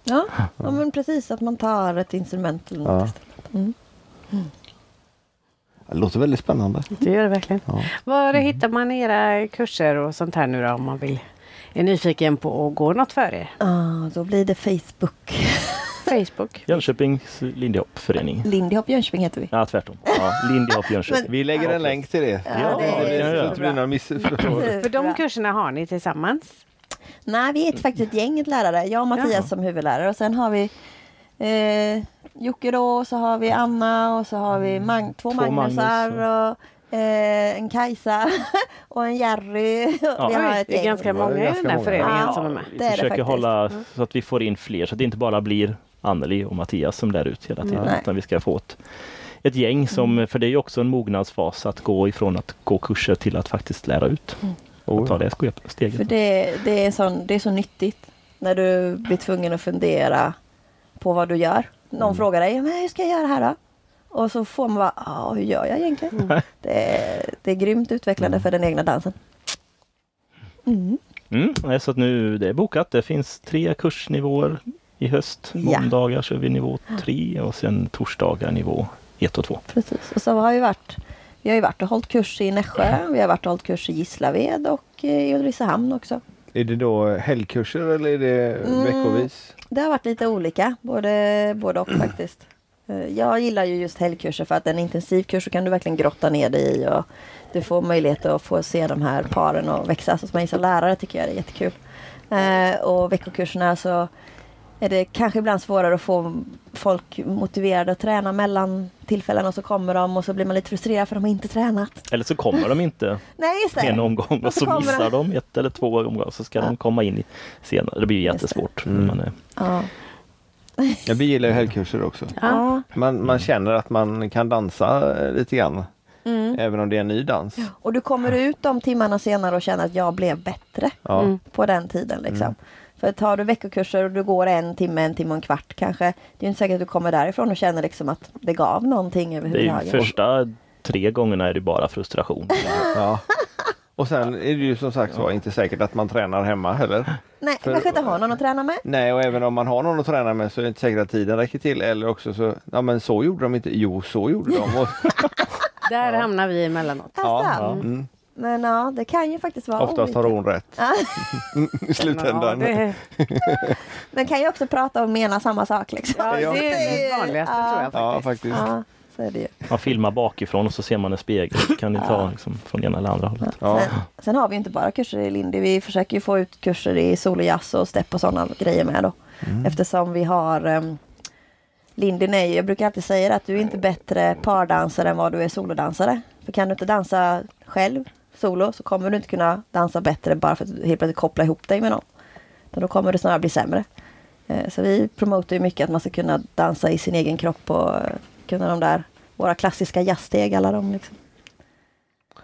C: Ja. ja, men precis att man tar ett instrument eller något.
A: Ja. Det låter väldigt spännande.
B: Det gör det verkligen.
A: Ja.
B: Var hittar man era kurser och sånt här nu då om man vill? Är nyfiken på att gå något för er?
C: Ja, då blir det Facebook.
B: Facebook?
D: Jönköpings Lindy Hop-förening.
C: Lindy Hop Jönköping heter vi.
D: Ja, tvärtom. Ja, Lindy Hop Jönköping.
A: Vi lägger en
D: Okej.
A: länk till det.
D: Ja,
C: det är
A: det
D: jättebra.
A: så att det blir några missförstånd.
B: För de kurserna har ni tillsammans?
C: Nej, vi är ett- faktiskt ett gäng lärare. Jag och Mattias
B: Jaha.
C: som huvudlärare och sen har vi eh, Jocke då och så har vi Anna och så har vi Mag- två,
D: Två
C: Magnusar och eh, en Kajsa och en Jerry.
D: Ja.
C: Vi har ett
B: det är
C: gäng.
B: ganska
A: Det var
B: många i
A: ganska
B: den här
A: många.
B: föreningen
C: Ja.
B: som är med.
D: vi
C: det är det
D: försöker
C: faktiskt. Mm.
D: hålla så att vi får in fler så att det inte bara blir Anneli och Mattias som lär ut hela tiden.
C: Nej. Mm.
D: Utan vi ska få ett, ett gäng som, för det är ju också en mognadsfas att gå ifrån att gå kurser till att faktiskt lära ut.
A: Oh,
D: Och ta det skep-
C: Mm. För
D: steget.
C: det, det, är sån, det är så nyttigt när du blir tvungen att fundera på vad du gör. Någon frågar dig, men hur ska jag göra här då? Och så får man bara, ja hur gör jag egentligen? Det, är- det är grymt utvecklande för den egna dansen.
D: Mm, nej, så att nu det är bokat. Det finns tre kursnivåer i höst.
C: Ja.
D: Måndagar kör vi nivå tre och sen torsdagar nivå ett och två.
C: Precis. Och så har vi varit, vi har ju varit och hållit kurs i Nässjö, vi har varit och hållit kurs i Gislaved och eh, i Ulricehamn också.
A: Är det då helgkurser eller är det
C: Mm.
A: veckovis?
C: Det har varit lite olika, både, både och
D: Mm.
C: faktiskt. Eh, Jag gillar ju just helgkurser för att en intensiv kurs så kan du verkligen grotta ner dig i och du får möjlighet att få se de här paren och växa. Så som mig som lärare tycker jag det är jättekul. Eh, Och veckokurserna så är det kanske ibland svårare att få folk motiverade att träna mellan tillfällen och så kommer de och så blir man lite frustrerad för de har inte tränat.
D: Eller så kommer de inte
C: Nej, just det!
D: en omgång och
C: Och så
D: så
C: kommer
D: missar de ett eller två omgångar så ska de komma in i senare. Det blir ju
C: Just det.
D: jättesvårt. när
A: Mm.
D: Man är,
C: Ja.
A: Ja, vi gillar ju helgkurser också.
C: Ja.
A: Man, man känner att man kan dansa eh, lite grann.
C: Mm.
A: Även om det är en ny dans.
C: Och du kommer ut de timmarna senare och känner att jag blev bättre.
A: Ja. Mm.
C: på den tiden. Liksom. För tar du veckokurser och du går en timme, en timme och en kvart kanske. Det är ju inte säkert att du kommer därifrån och känner liksom att det gav någonting
D: Det är ju
C: överhuvudtaget.
D: första tre gångerna är det bara frustration.
A: Ja. Och sen är det ju som sagt så inte säkert att man tränar hemma heller.
C: Nej,
A: För-
C: kanske inte har någon att träna med.
A: Nej, och även om man har någon att träna med så är det inte säkert att tiden räcker till. Eller också så, ja men så gjorde de inte. Jo, så gjorde de. Och,
B: Där hamnar vi emellanåt.
C: Alltså.
A: Mm.
C: Men ja, det kan ju faktiskt vara
A: Oftast har
C: olika.
A: hon rätt
C: Ja,
A: i slutändan.
B: Ja, det,
C: men kan ju också prata och mena samma sak liksom.
B: ja, det är
C: Det
B: det
C: är-
B: vanligaste
C: ja.
B: tror jag
A: Ja,
B: faktiskt.
A: faktiskt.
C: Ja, så är det ju.
D: Man filmar bakifrån och så ser man en spegel. Så kan ni ta liksom, från ena eller andra hållet.
A: Ja.
C: Sen, sen har vi ju inte bara kurser i Lindy. Vi försöker ju få ut kurser i sol och jazz och stepp och sådana grejer med då.
A: Mm.
C: Eftersom vi har um, Lindy är ju, jag brukar alltid säga det, att du är inte bättre pardansare än vad du är solodansare. För kan du inte dansa själv, solo, så kommer du inte kunna dansa bättre bara för att du helt plötsligt kopplar ihop dig med någon. Utan då kommer du snarare bli sämre. Eh, Så vi promotar ju mycket att man ska kunna dansa i sin egen kropp och eh, kunna de där, våra klassiska jazzsteg, alla de liksom.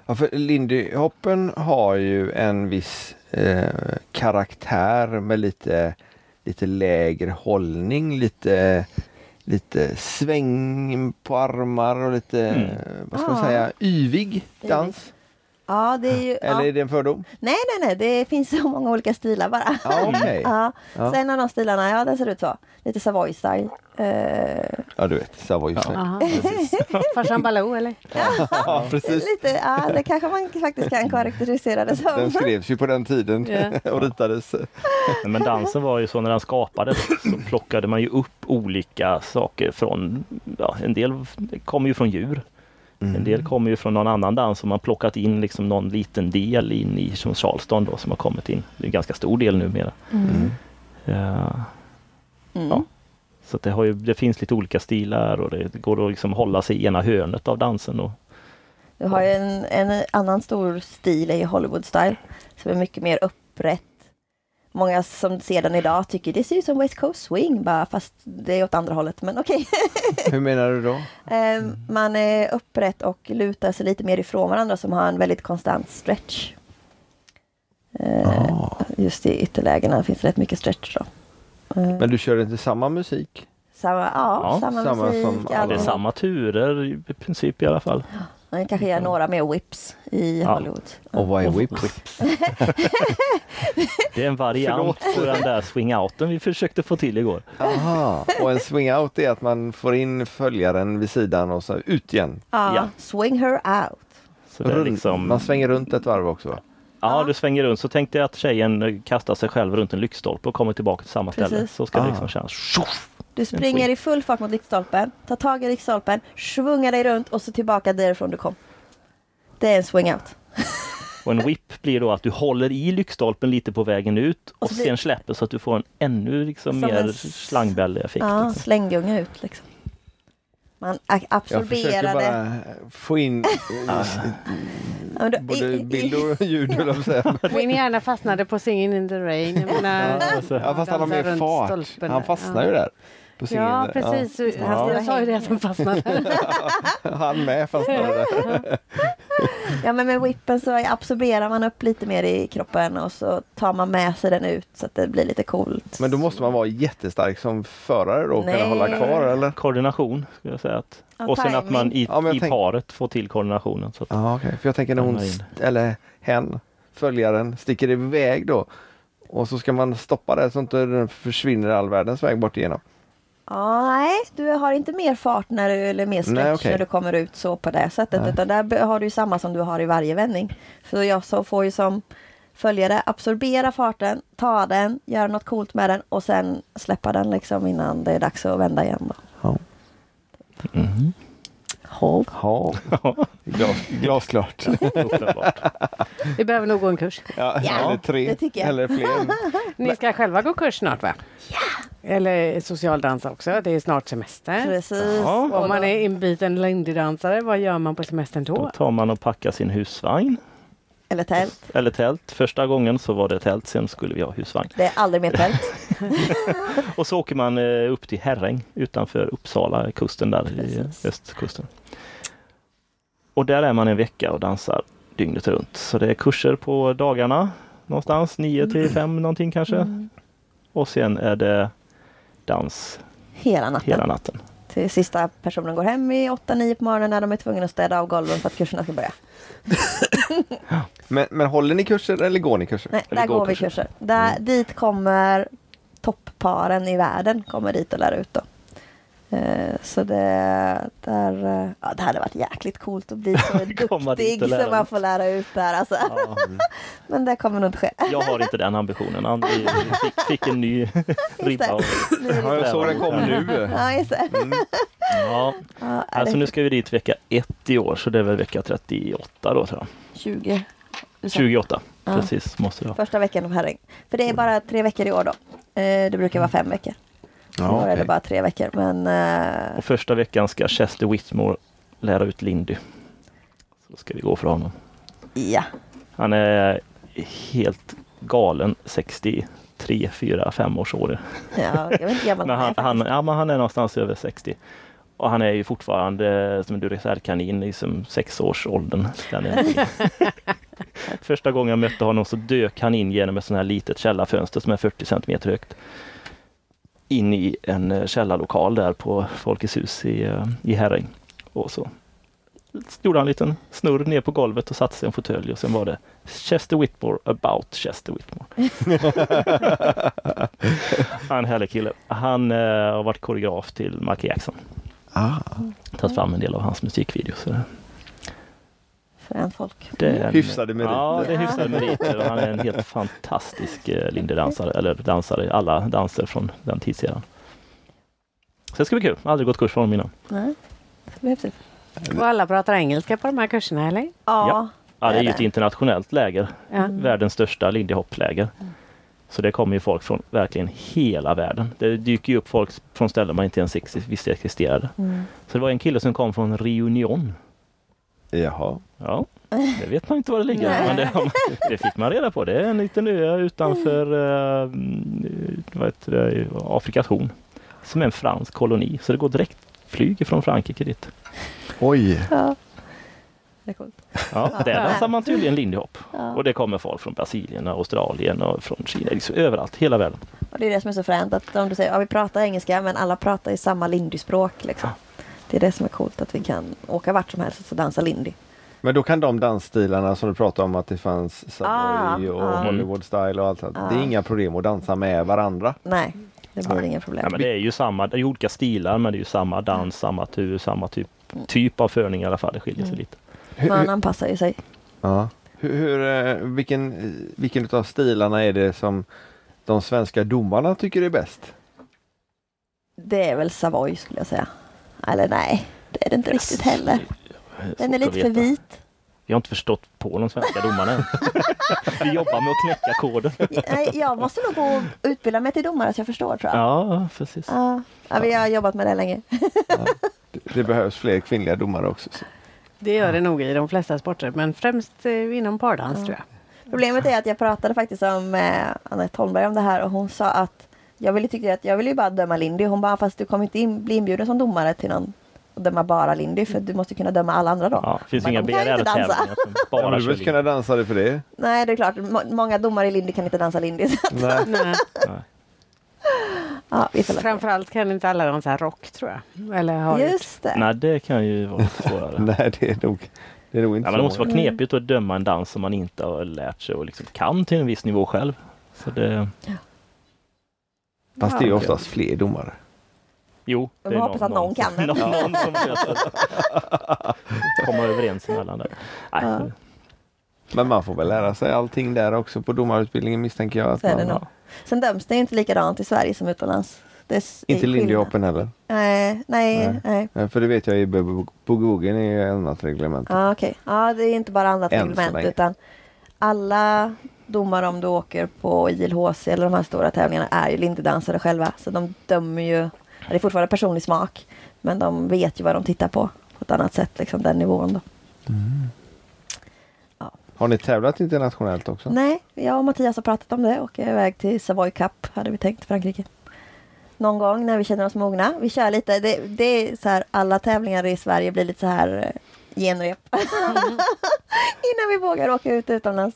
A: Ja, för Lindy Hoppen har ju en viss eh, karaktär med lite, lite lägre hållning, lite, lite sväng på armar och lite, eh, vad ska man
C: Ah.
A: säga, yvig dans.
C: Ja, det är ju... ja.
A: Eller är det en fördom?
C: Nej, nej, nej. Det finns så många olika stilar bara.
A: Ja, okej.
C: Ja.
A: Ja.
C: Så en av de stilarna, ja den ser ut så. Lite Savoy style. Eh,
A: Ja, du vet, Savoy ja.
B: Aha. Farsan Baloo eller?
A: ja, precis.
C: lite, ja det kanske man faktiskt kan karaktärisera det
A: Den
C: som.
A: skrevs ju på den tiden
B: Ja.
A: och ritades.
D: Nej, Men dansen var ju så när den skapades så plockade man ju upp olika saker från, ja, en del kommer ju från djur. En del kommer ju från någon annan dans som man plockat in liksom någon liten del in i som charleston då som har kommit in. Det är en ganska stor del numera. Ja,
C: Mm.
D: ja. Så att det, har ju, det finns lite olika stilar och det går att liksom hålla sig i ena hörnet av dansen. Och,
C: Du har ju en, en annan stor stil är ju Hollywood style. Som är mycket mer upprätt. Många som ser den idag tycker det ser ut som West Coast swing bara, fast det är åt andra hållet. Men okej.
A: Hur menar du då?
C: Eh, Man är upprätt och lutar sig lite mer ifrån varandra som har en väldigt konstant stretch. Eh, Just i ytterlägena finns det rätt mycket stretch då. Eh,
A: Men du kör inte samma musik?
C: Samma, ja,
D: Ja,
C: samma,
A: samma
C: musik.
A: som
C: ja,
A: alla.
D: Det är samma turer i princip i alla fall.
C: Man kanske gör några mer whips i
D: Ja.
C: Hollywood.
A: Och vad är whip?
D: Det är en variant på den där swing-outen vi försökte få till igår.
A: Aha. Och en swing-out är att man får in följaren vid sidan och så ut igen.
C: Ja.
D: Ja.
C: Swing her out.
D: Så det är
A: Runt-
D: liksom,
A: Man svänger runt ett varv också. va?
D: Ja, du svänger runt. Så tänkte jag att tjejen eh, kastar sig själv runt en lyktstolpe och kommer tillbaka till samma ställe.
C: Precis.
D: Så ska
A: Ah.
D: det liksom kännas... tjoff!
C: Du springer i full fart mot lyktstolpen, tar tag i lyktstolpen, svungar dig runt och så tillbaka därifrån du kom. Det är en swing out.
D: Och en whip blir då att du håller i lyktstolpen lite på vägen ut och,
C: så blir-
D: sen släpper så att du får en ännu liksom
C: Som en
D: mer
C: s-
D: slangbälle-effekt.
C: Ja,
D: liksom.
C: slänggunga ut liksom. Man a-
A: Jag försöker
C: absorberar det.
A: bara få in eh,
C: Ja, men då- i-
A: både
C: i-
A: bild och ljud, höll jag på att säga.
B: Min hjärna fastnade på Singin in the Rain. Jag menar,
A: alltså. Ja, fast han har
B: alltså, dansar
A: mer
B: runt
A: fart.
B: stolpen
A: Han
B: där.
A: fastnar ju där. På singeln
B: Ja,
A: där.
B: precis.
C: Ja.
B: Han, jag sa ju det att han fastnade.
A: Ja. Han med fastnar där.
C: Ja men med whippen så absorberar man upp lite mer i kroppen och så tar man med sig den ut så att det blir lite coolt.
A: Men då måste man vara jättestark som förare då och kunna
C: Nej.
A: hålla kvar eller?
D: Koordination, skulle jag säga. Att,
C: Ja,
D: och sen att man i,
A: Ja, men jag
D: i
A: tänk-
D: paret får till koordinationen. Så att,
A: Ja, okej. För jag tänker när hon,
D: Hamnar in.
A: st- eller hen, följaren, sticker iväg då. Och så ska man stoppa det så inte den försvinner all världens väg bort igenom.
C: Ja, nej, du har inte mer fart när du, eller mer stretch
A: Nej, okej.
C: när du kommer ut så på det sättet. Utan där be- har du ju samma som du har i varje vändning. Så jag så får ju som följare absorbera farten, ta den, göra något coolt med den och sen släppa den liksom innan det är dags att vända igen då.
A: Ja.
C: Hopp.
A: Ja, Glas, glasklart.
D: uppenbart.
B: Vi behöver nog gå en kurs.
A: Ja, eller tre,
C: det tycker jag.
A: eller fler.
B: Ni ska själva gå kurs snart va? Ja! Eller socialdans också. Det är snart semester.
C: Precis.
D: Ja.
B: Om man är inbiten lindydansare, vad gör man på semestern
D: Då
B: då?
D: tar man och packar sin husvagn.
C: Eller tält.
D: Eller tält. Första gången så var det tält, sen skulle vi ha husvagn.
C: Det är aldrig mer tält.
D: Och så åker man eh, upp till Herräng utanför Uppsala kusten där i
C: Precis.
D: eh, östkusten. Och där är man en vecka och dansar dygnet runt. Så det är kurser på dagarna någonstans 9 till
C: Mm.
D: 5 någonting kanske. Och sen är det dans
C: Hela natten.
D: hela natten.
C: till sista personen går hem i 8-9 på morgonen när de är tvungna att städa av golven för att kurserna ska börja.
A: Men, men håller ni kurser eller går ni kurser?
C: Nej,
D: Eller Mm.
C: där
D: går
C: går vi
D: kurser.
C: kurser. Där, Dit kommer toppparen i världen kommer dit och lär ut då. Eh, Så det, där, eh, ja, det hade varit jäkligt coolt att bli så
D: Komma dit
C: duktig
D: och lära
C: som man
D: ut.
C: får lära ut där. Alltså.
D: Ja,
C: Men det kommer nog inte ske.
D: jag har inte den ambitionen. Han vi fick, fick en ny ribba. av-
A: Ja, jag såg den kom nu.
C: Ja, just det.
D: Ja.
C: Ja, är
D: Alltså
C: det
D: nu ska vi dit vecka 1 i år, så det är väl vecka 38 då tror jag.
C: 20.
D: 28,
C: Ja.
D: precis måste det vara.
C: Första veckan av Herräng. För
D: Mm.
C: det är bara tre veckor i år då. Eh, Det brukar vara fem veckor. I år
A: Ja,
C: är det
A: okej.
C: bara tre veckor. Men eh,
D: Och första veckan ska Chester Whitmore lära ut Lindy. Så då ska vi gå för honom.
C: ja,
D: Han är helt galen 63, 4, 5 års ålder.
C: ja jag vet inte hur gammal
D: Men han,
C: är
D: han, ja, men han är någonstans över 60. Och han är ju fortfarande som en duracellkanin i liksom sexårsåldern. Den är- Första gången jag mötte honom så dök han in genom ett sånt här litet källarfönster som är 40 centimeter högt. In i en eh, källarlokal där på Folkets hus i, eh, i Herräng. Och så gjorde han en liten snurr ner på golvet och satte sig i en fåtölj och sen var det Chester Whitmore about Chester Whitmore. Han är en härlig kille. Han eh, har varit koreograf till Michael Jackson.
A: Ah,
D: Tagit fram en del av hans musikvideos. Så
C: Fränt folk.
D: det är en-
A: Hyfsade meriter.
D: Ja, det är hyfsade meriter. Och han är en helt fantastisk eh, lindydansare, eller dansare, i alla danser från den tidseran. Så det ska bli kul. Jag har aldrig gått kurs för honom innan.
C: Nej. Det blir häftigt.
B: Och alla pratar engelska på de här kurserna eller?
C: Ja.
D: Ja. Ja, det är ju
C: Nej, Mm.
D: ett
C: nej.
D: internationellt läger.
B: Ja.
D: Världens största lindy hop-läger.
C: Mm.
D: Så det kommer ju folk från verkligen hela världen. Det dyker ju upp folk från ställen man inte ens visste existerade.
C: Mm.
D: Så det var en kille som kom från Reunion.
A: Jaha.
D: Ja, det vet man inte var det ligger. Men det, det fick man reda på. Det är en liten ö utanför eh, mm, vad heter det, Afrikas horn. Som är en fransk koloni. Så det går direkt flyg från Frankrike dit.
A: Oj.
C: Ja. Det är coolt.
D: Ja, där dansar man tydligen lindyhopp.
C: Ja.
D: Och det kommer folk från Brasilien, och Australien och från Kina. Liksom överallt, hela världen.
C: Och det är det som är så fränt att om du säger ja, vi pratar engelska men alla pratar i samma lindyspråk liksom. Det är det som är coolt att vi kan åka vart som helst och så dansa lindy.
A: Men då kan de dansstilarna som du pratade om att det fanns Savoy
C: Ah,
A: och
C: ah.
A: Hollywood style och allt sånt. Det är inga problem att dansa med varandra.
C: Nej, det blir inga problem.
D: Ja, men det är ju samma, det är ju olika stilar men det är ju samma dans, samma tur, samma typ, typ av förning i alla fall. Det skiljer
C: Mm.
D: sig lite.
C: Man anpassar ju sig.
A: Ja. Hur, hur, eh, vilken, vilken av stilarna är det som de svenska domarna tycker är bäst?
C: Det är väl Savoy skulle jag säga. Eller nej, det är det inte riktigt heller. Den är
D: Svårt att
C: lite för
D: veta.
C: vit.
D: Vi har inte förstått på de svenska domarna än. Vi jobbar med att knäcka koden.
C: Nej, jag måste nog gå och utbilda mig till domare så jag förstår tror jag.
D: Ja, precis.
C: Ja. Ja, vi har jobbat med det länge.
A: Det, det behövs fler kvinnliga domare också. Så.
B: Det gör det nog i de flesta sporter men främst eh, inom pardans tror jag.
C: Problemet är att jag pratade faktiskt om eh, Anette Holmberg om det här och hon sa att jag ville, tyckte att jag ville ju bara döma Lindy. Hon bara, "Ah, fast du kommer inte in, bli inbjuden som domare till någon och döma bara Lindy för du måste kunna döma alla andra då.
D: Ja, det finns
C: Men
D: inga
C: de kan ju inte
D: BRR-tävlingar
C: dansa.
D: som
A: Ja, men
D: bara
A: du
D: kör
A: behöver kunna
D: lindy.
A: dansa det för det.
C: Nej, det är klart. Må- många domare i Lindy kan inte dansa Lindy. Så
A: Nej.
C: att,
B: Nej.
C: ja, vi får lära oss.
B: Framförallt kan inte alla dansa rock tror jag. Eller har gjort.
C: Just det.
D: Nej, det kan ju vara lite svårare.
A: Nej, det är nog, det är nog inte
D: Ja, men det
A: så.
D: måste vara knepigt att döma en dans som man inte har lärt sig och liksom kan till en viss nivå själv. Så det,
A: Fast det är ju oftast fler domare.
D: jo,
C: Man
D: det är
C: hoppas att någon kan det.
D: någon, någon som löser det. Komma överens emellan där. Nej,
C: Ja.
A: Men man får väl lära sig allting där också på domarutbildningen misstänker jag. Att
C: Så är det
A: man,
C: nog. Sen döms det ju inte likadant i Sverige som utomlands. Det är s-
A: Inte
C: är skillnad.
A: lindyhoppen heller.
C: Nej, nej,
A: Nej.
C: nej.
A: Nej, För det vet jag i Bo- Bogogien är ju annat reglement.
C: Ja, okej. Ja, det är inte bara annat
A: Än så
C: reglement
A: länge.
C: utan alla domar om du åker på ILHC eller de här stora tävlingarna är ju lindydansare själva. Så de dömer ju, det är fortfarande personlig smak, men de vet ju vad de tittar på på ett annat sätt, liksom den nivån då.
A: Har ni tävlat internationellt också?
C: Nej, jag och Mattias har pratat om det och är iväg till Savoy Cup hade vi tänkt, Frankrike. Någon gång när vi känner oss mogna. Vi kör lite, det, det är så här, alla tävlingar i Sverige blir lite så här eh, genrep.
A: Mm.
C: Innan vi vågar åka ut utomlands.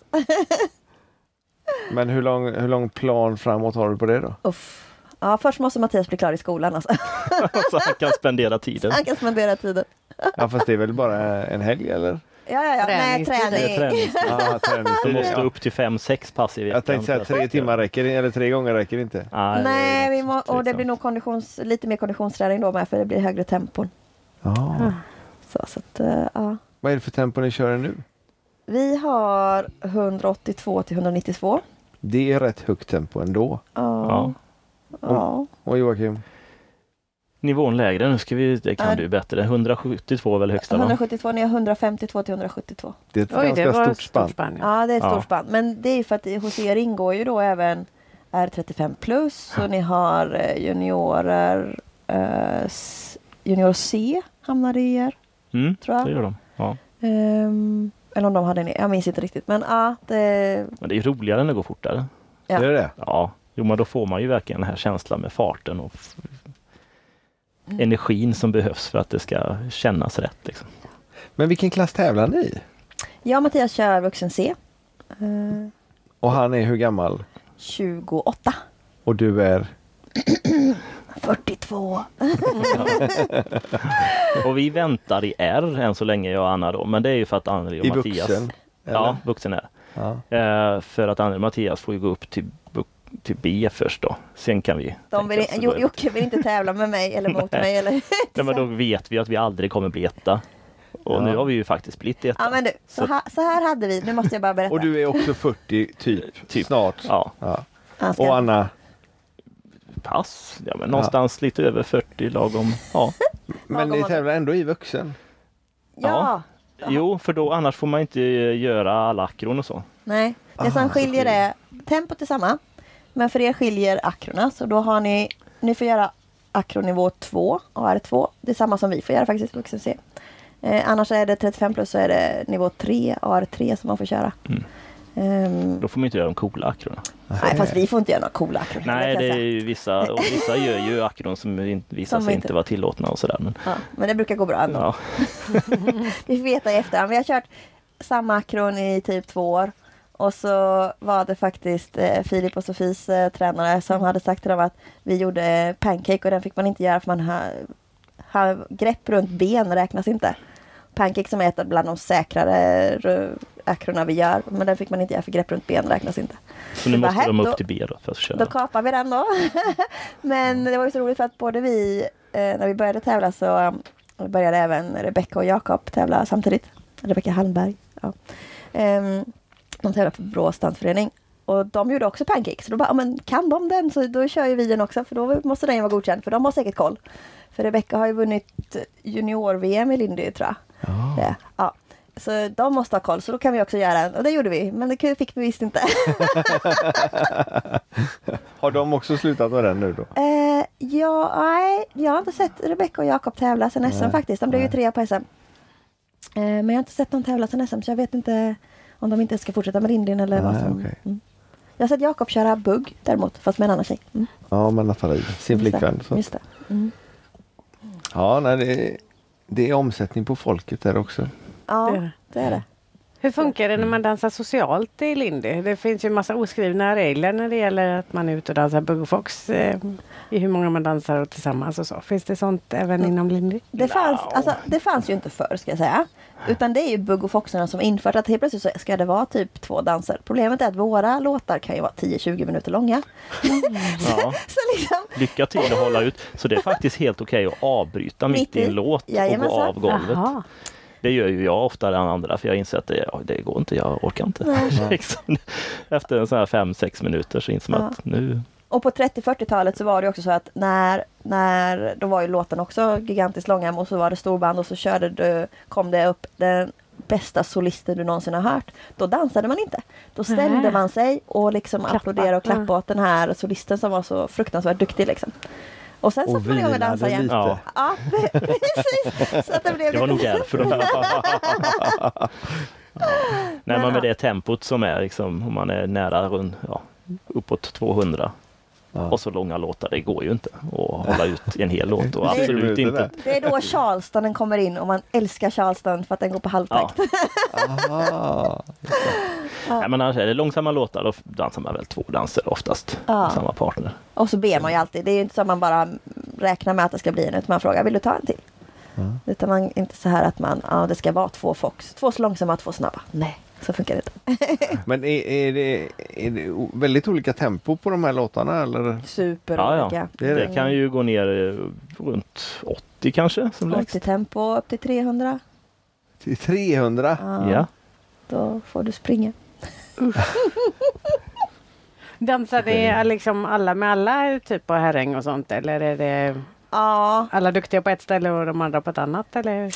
A: Men hur lång, hur lång plan framåt har du på det då?
C: Uff. Ja, först måste Mattias bli klar i skolan alltså.
D: så han kan spendera tiden.
C: Han kan spendera tiden.
A: Ja, fast det är väl bara en helg eller?
C: Ja, ja, ja. Nej,
B: Träningstid.
D: Det är
C: träning.
D: träning.
A: Ja,
D: Du
A: träningstid,
D: måste
A: ja.
D: upp till fem, sex pass i veckan.
A: Jag tänkte säga att tre timmar räcker eller tre gånger räcker inte.
D: Nej, liksom,
C: Nej, vi må, och det
D: tveksamt.
C: blir nog konditions, lite mer konditionsträning då med för det blir högre tempon.
B: Mm.
A: Ah.
C: Så, så att, eh, ja.
A: Vad är det för tempo ni kör nu?
C: Vi har 182 till 192.
A: Det är rätt högt tempo ändå.
C: Ja.
D: Ja. Oh,
C: ja.
A: Och Joakim?
D: Nivån lägre, nu ska vi, det kan
C: Ja.
D: du bättre. 172 är väl högsta va?
C: 172 ner 152 till 172.
A: Det är ett
B: Oj, det
A: ganska
B: var
A: stort spann.
B: ja.
C: Ja, det är ett
D: Ja.
C: stort spann. Men det är ju för att i- hos er ingår ju då även R35 plus och ni har eh, juniorer. Eh, s- junior C hamnade i er,
D: Mm,
C: tror jag.
D: det gör de. Ja.
C: Ehm, eller om de hade en, jag minns inte riktigt. Men ja, det,
D: Men det är ju roligare när det går fortare.
C: Ja.
A: Är det det?
D: Ja, jo, men då får man ju verkligen den här känslan med farten och f-
C: Mm.
D: energin som behövs för att det ska kännas rätt. Liksom.
A: Men vilken klass tävlar ni i?
C: jag och Mattias kör vuxen C. Eh,
A: Och han är hur gammal?
C: 28.
A: Och du är?
C: 42.
D: Och vi väntar i R än så länge, jag och Anna då, men det är ju för att Anneli och
A: I
D: Mattias...
A: vuxen? eller?
D: Ja, vuxen är.
A: ja.
D: Eh, för att Anneli och Mattias får ju gå upp till, bu- till B först då. Sen kan vi...
C: De vill,
D: tänka oss att
C: Jo-
D: gå över till-
C: Jocke vill inte tävla med mig eller mot
D: Nej.
C: mig. Eller,
D: Nej, men då vet vi att vi aldrig kommer bli etta. Och
A: Ja.
D: nu har vi ju faktiskt blivit etta.
C: ja, men du, så,
D: Så-
C: här, så här hade vi, nu måste jag bara berätta.
A: Och du är också 40 typ,
D: Typ.
A: snart?
D: Ja,
A: Ja.
C: Han ska-
A: Och Anna?
D: pass. Ja, men någonstans lite över 40 lagom. Ja.
A: Men ni tävlar ändå i vuxen?
C: ja.
D: Ja. Jo, för då annars får man inte eh, göra alla akron och så.
C: Nej, det
A: Ah,
C: som skiljer
A: okej.
C: är tempot är samma. Men för er skiljer akrona, så då har ni, ni får göra akronivå 2, AR2. Det är samma som vi får göra faktiskt, vuxen C. Eh, annars är det 35 plus så är det nivå 3, AR3 som man får köra. Ehm,
D: Mm. Då får man inte göra de coola akrona.
C: nej, fast vi får inte göra några coola akron.
D: Nej,
C: kan
D: det
C: jag
D: är
C: säga.
D: ju vissa, och vissa gör ju akron som in- visar
C: Som
D: sig
C: inte-
D: inte vara tillåtna och sådär. Men,
C: ja, men det brukar gå bra ändå.
D: ja.
C: Vi får veta i efterhand. Vi har kört samma akron i typ två år. Och så var det faktiskt eh, Filip och Sofis eh, tränare som hade sagt till dem att vi gjorde pancake och den fick man inte göra för man har, har grepp runt ben räknas inte. Pancake som är ett bland de säkrare eh, akrona vi gör, men den fick man inte göra för grepp runt ben räknas inte.
D: Så nu
C: Det var
D: måste de
C: här,
D: upp
C: då-
D: till B då för att
C: Då
D: köra.
C: kapar vi den då. Men det var ju så roligt för att både vi, eh, när vi började tävla så eh, började även Rebecca och Jakob tävla samtidigt. Rebecca Hallberg. Ja. Ehm, de tävlar på Brås dansförening. Och de gjorde också pancakes. Så då bara, "Ja, men kan de den så då kör ju vi den också. För då måste den ju vara godkänd. För de har säkert koll. För Rebecca har ju vunnit junior-VM i Lindy tror jag. Ja. ja. Så de måste ha koll, så då kan vi också göra en. Och det gjorde vi, men det fick vi visst inte.
A: Har de också slutat med den nu då?
C: Eh, ja, nej, jag har inte sett Rebecca och Jakob tävla sen SM faktiskt. De blev ju trea på SM. Eh, men jag har inte sett dem tävla sen SM, så jag vet inte om de inte ska fortsätta med Lindin eller vad
A: Nej,
C: som...
A: okej.
C: Mm. Jag har sett Jakob köra bugg däremot, fast med en annan tjej. Mm,
A: Ja, men i alla fall i sin
C: just det.
A: flickvän. Så.
C: Just det.
A: Ja, nej, det, är- det är omsättning på folket där också.
C: Ja,
B: Det-
C: det är det.
B: Hur funkar det när
A: Mm.
B: man dansar socialt i Lindy? Det finns ju en massa oskrivna regler när det gäller att man är ute och dansar bugg och fox. Eh, I hur många man dansar och tillsammans och så. Finns det sånt även inom Lindy?
C: Det fanns, alltså, det fanns ju inte förr ska jag säga. Utan det är ju Bugg och Foxarna som infört att helt plötsligt så ska det vara typ två danser. Problemet är att våra låtar kan ju vara 10-20 minuter långa.
D: Ja.
C: Så liksom,
D: Lycka till att hålla ut. Så det är faktiskt helt okej att avbryta mitt i en låt och gå
C: Jajamensan.
D: av golvet.
B: Jaha.
D: Det gör ju jag oftare än andra för jag inser att det, ja, det går inte, jag orkar inte. Liksom. Efter en sån här fem, sex minuter så inser man
C: Ja.
D: att nu...
C: Och på 30-40-talet så var det också så att när, när då var ju låten också gigantiskt långa och så var det storband och så körde du, kom det upp den bästa solisten du någonsin har hört. Då dansade man inte. Då ställde
B: Nej.
C: man sig och liksom
B: Klappa.
C: applåderade och klappade åt den här solisten som var så fruktansvärt duktig liksom. Och sen satte
A: Och
C: man igång och
A: vilade
C: dansade igen.
A: lite.
D: Ja.
C: Ja, precis. Så att det blev
D: Det var nog därför de... Nej, men
C: ja.
D: med det tempot som är liksom, om man är nära runt, ja, uppåt 200
A: Ja.
D: och så långa låtar, det går ju inte att hålla ut i en hel låt och
A: Det-
D: absolut inte.
C: Det är då charlestonen kommer in och man älskar charleston för att den går på halvtakt.
D: Ja.
A: Aha.
D: Nej, men annars är det långsamma låtar, då dansar man väl två danser oftast.
C: Ja.
D: med Samma partner.
C: Och så ber man ju alltid. Det är ju inte så att man bara räknar med att det ska bli en, utan man frågar vill du ta en till? Utan man inte så här att man, ja det ska vara två Fox. Två så långsamma, två snabba. Nej, så funkar det inte.
A: Men är, är, det, är det o- väldigt olika tempo på de här låtarna eller?
C: Super
D: Ja, ja.
C: olika.
A: Det är det.
D: Det kan ju gå ner eh, runt 80 kanske som lägst.
C: 80 tempo upp till 300.
A: Till 300?
C: Ja,
D: Ja.
C: Då får du springa.
B: Dansar ni liksom alla med alla typ på herräng och sånt eller är det
C: Ja,
B: alla duktiga på ett ställe och de andra på ett annat eller?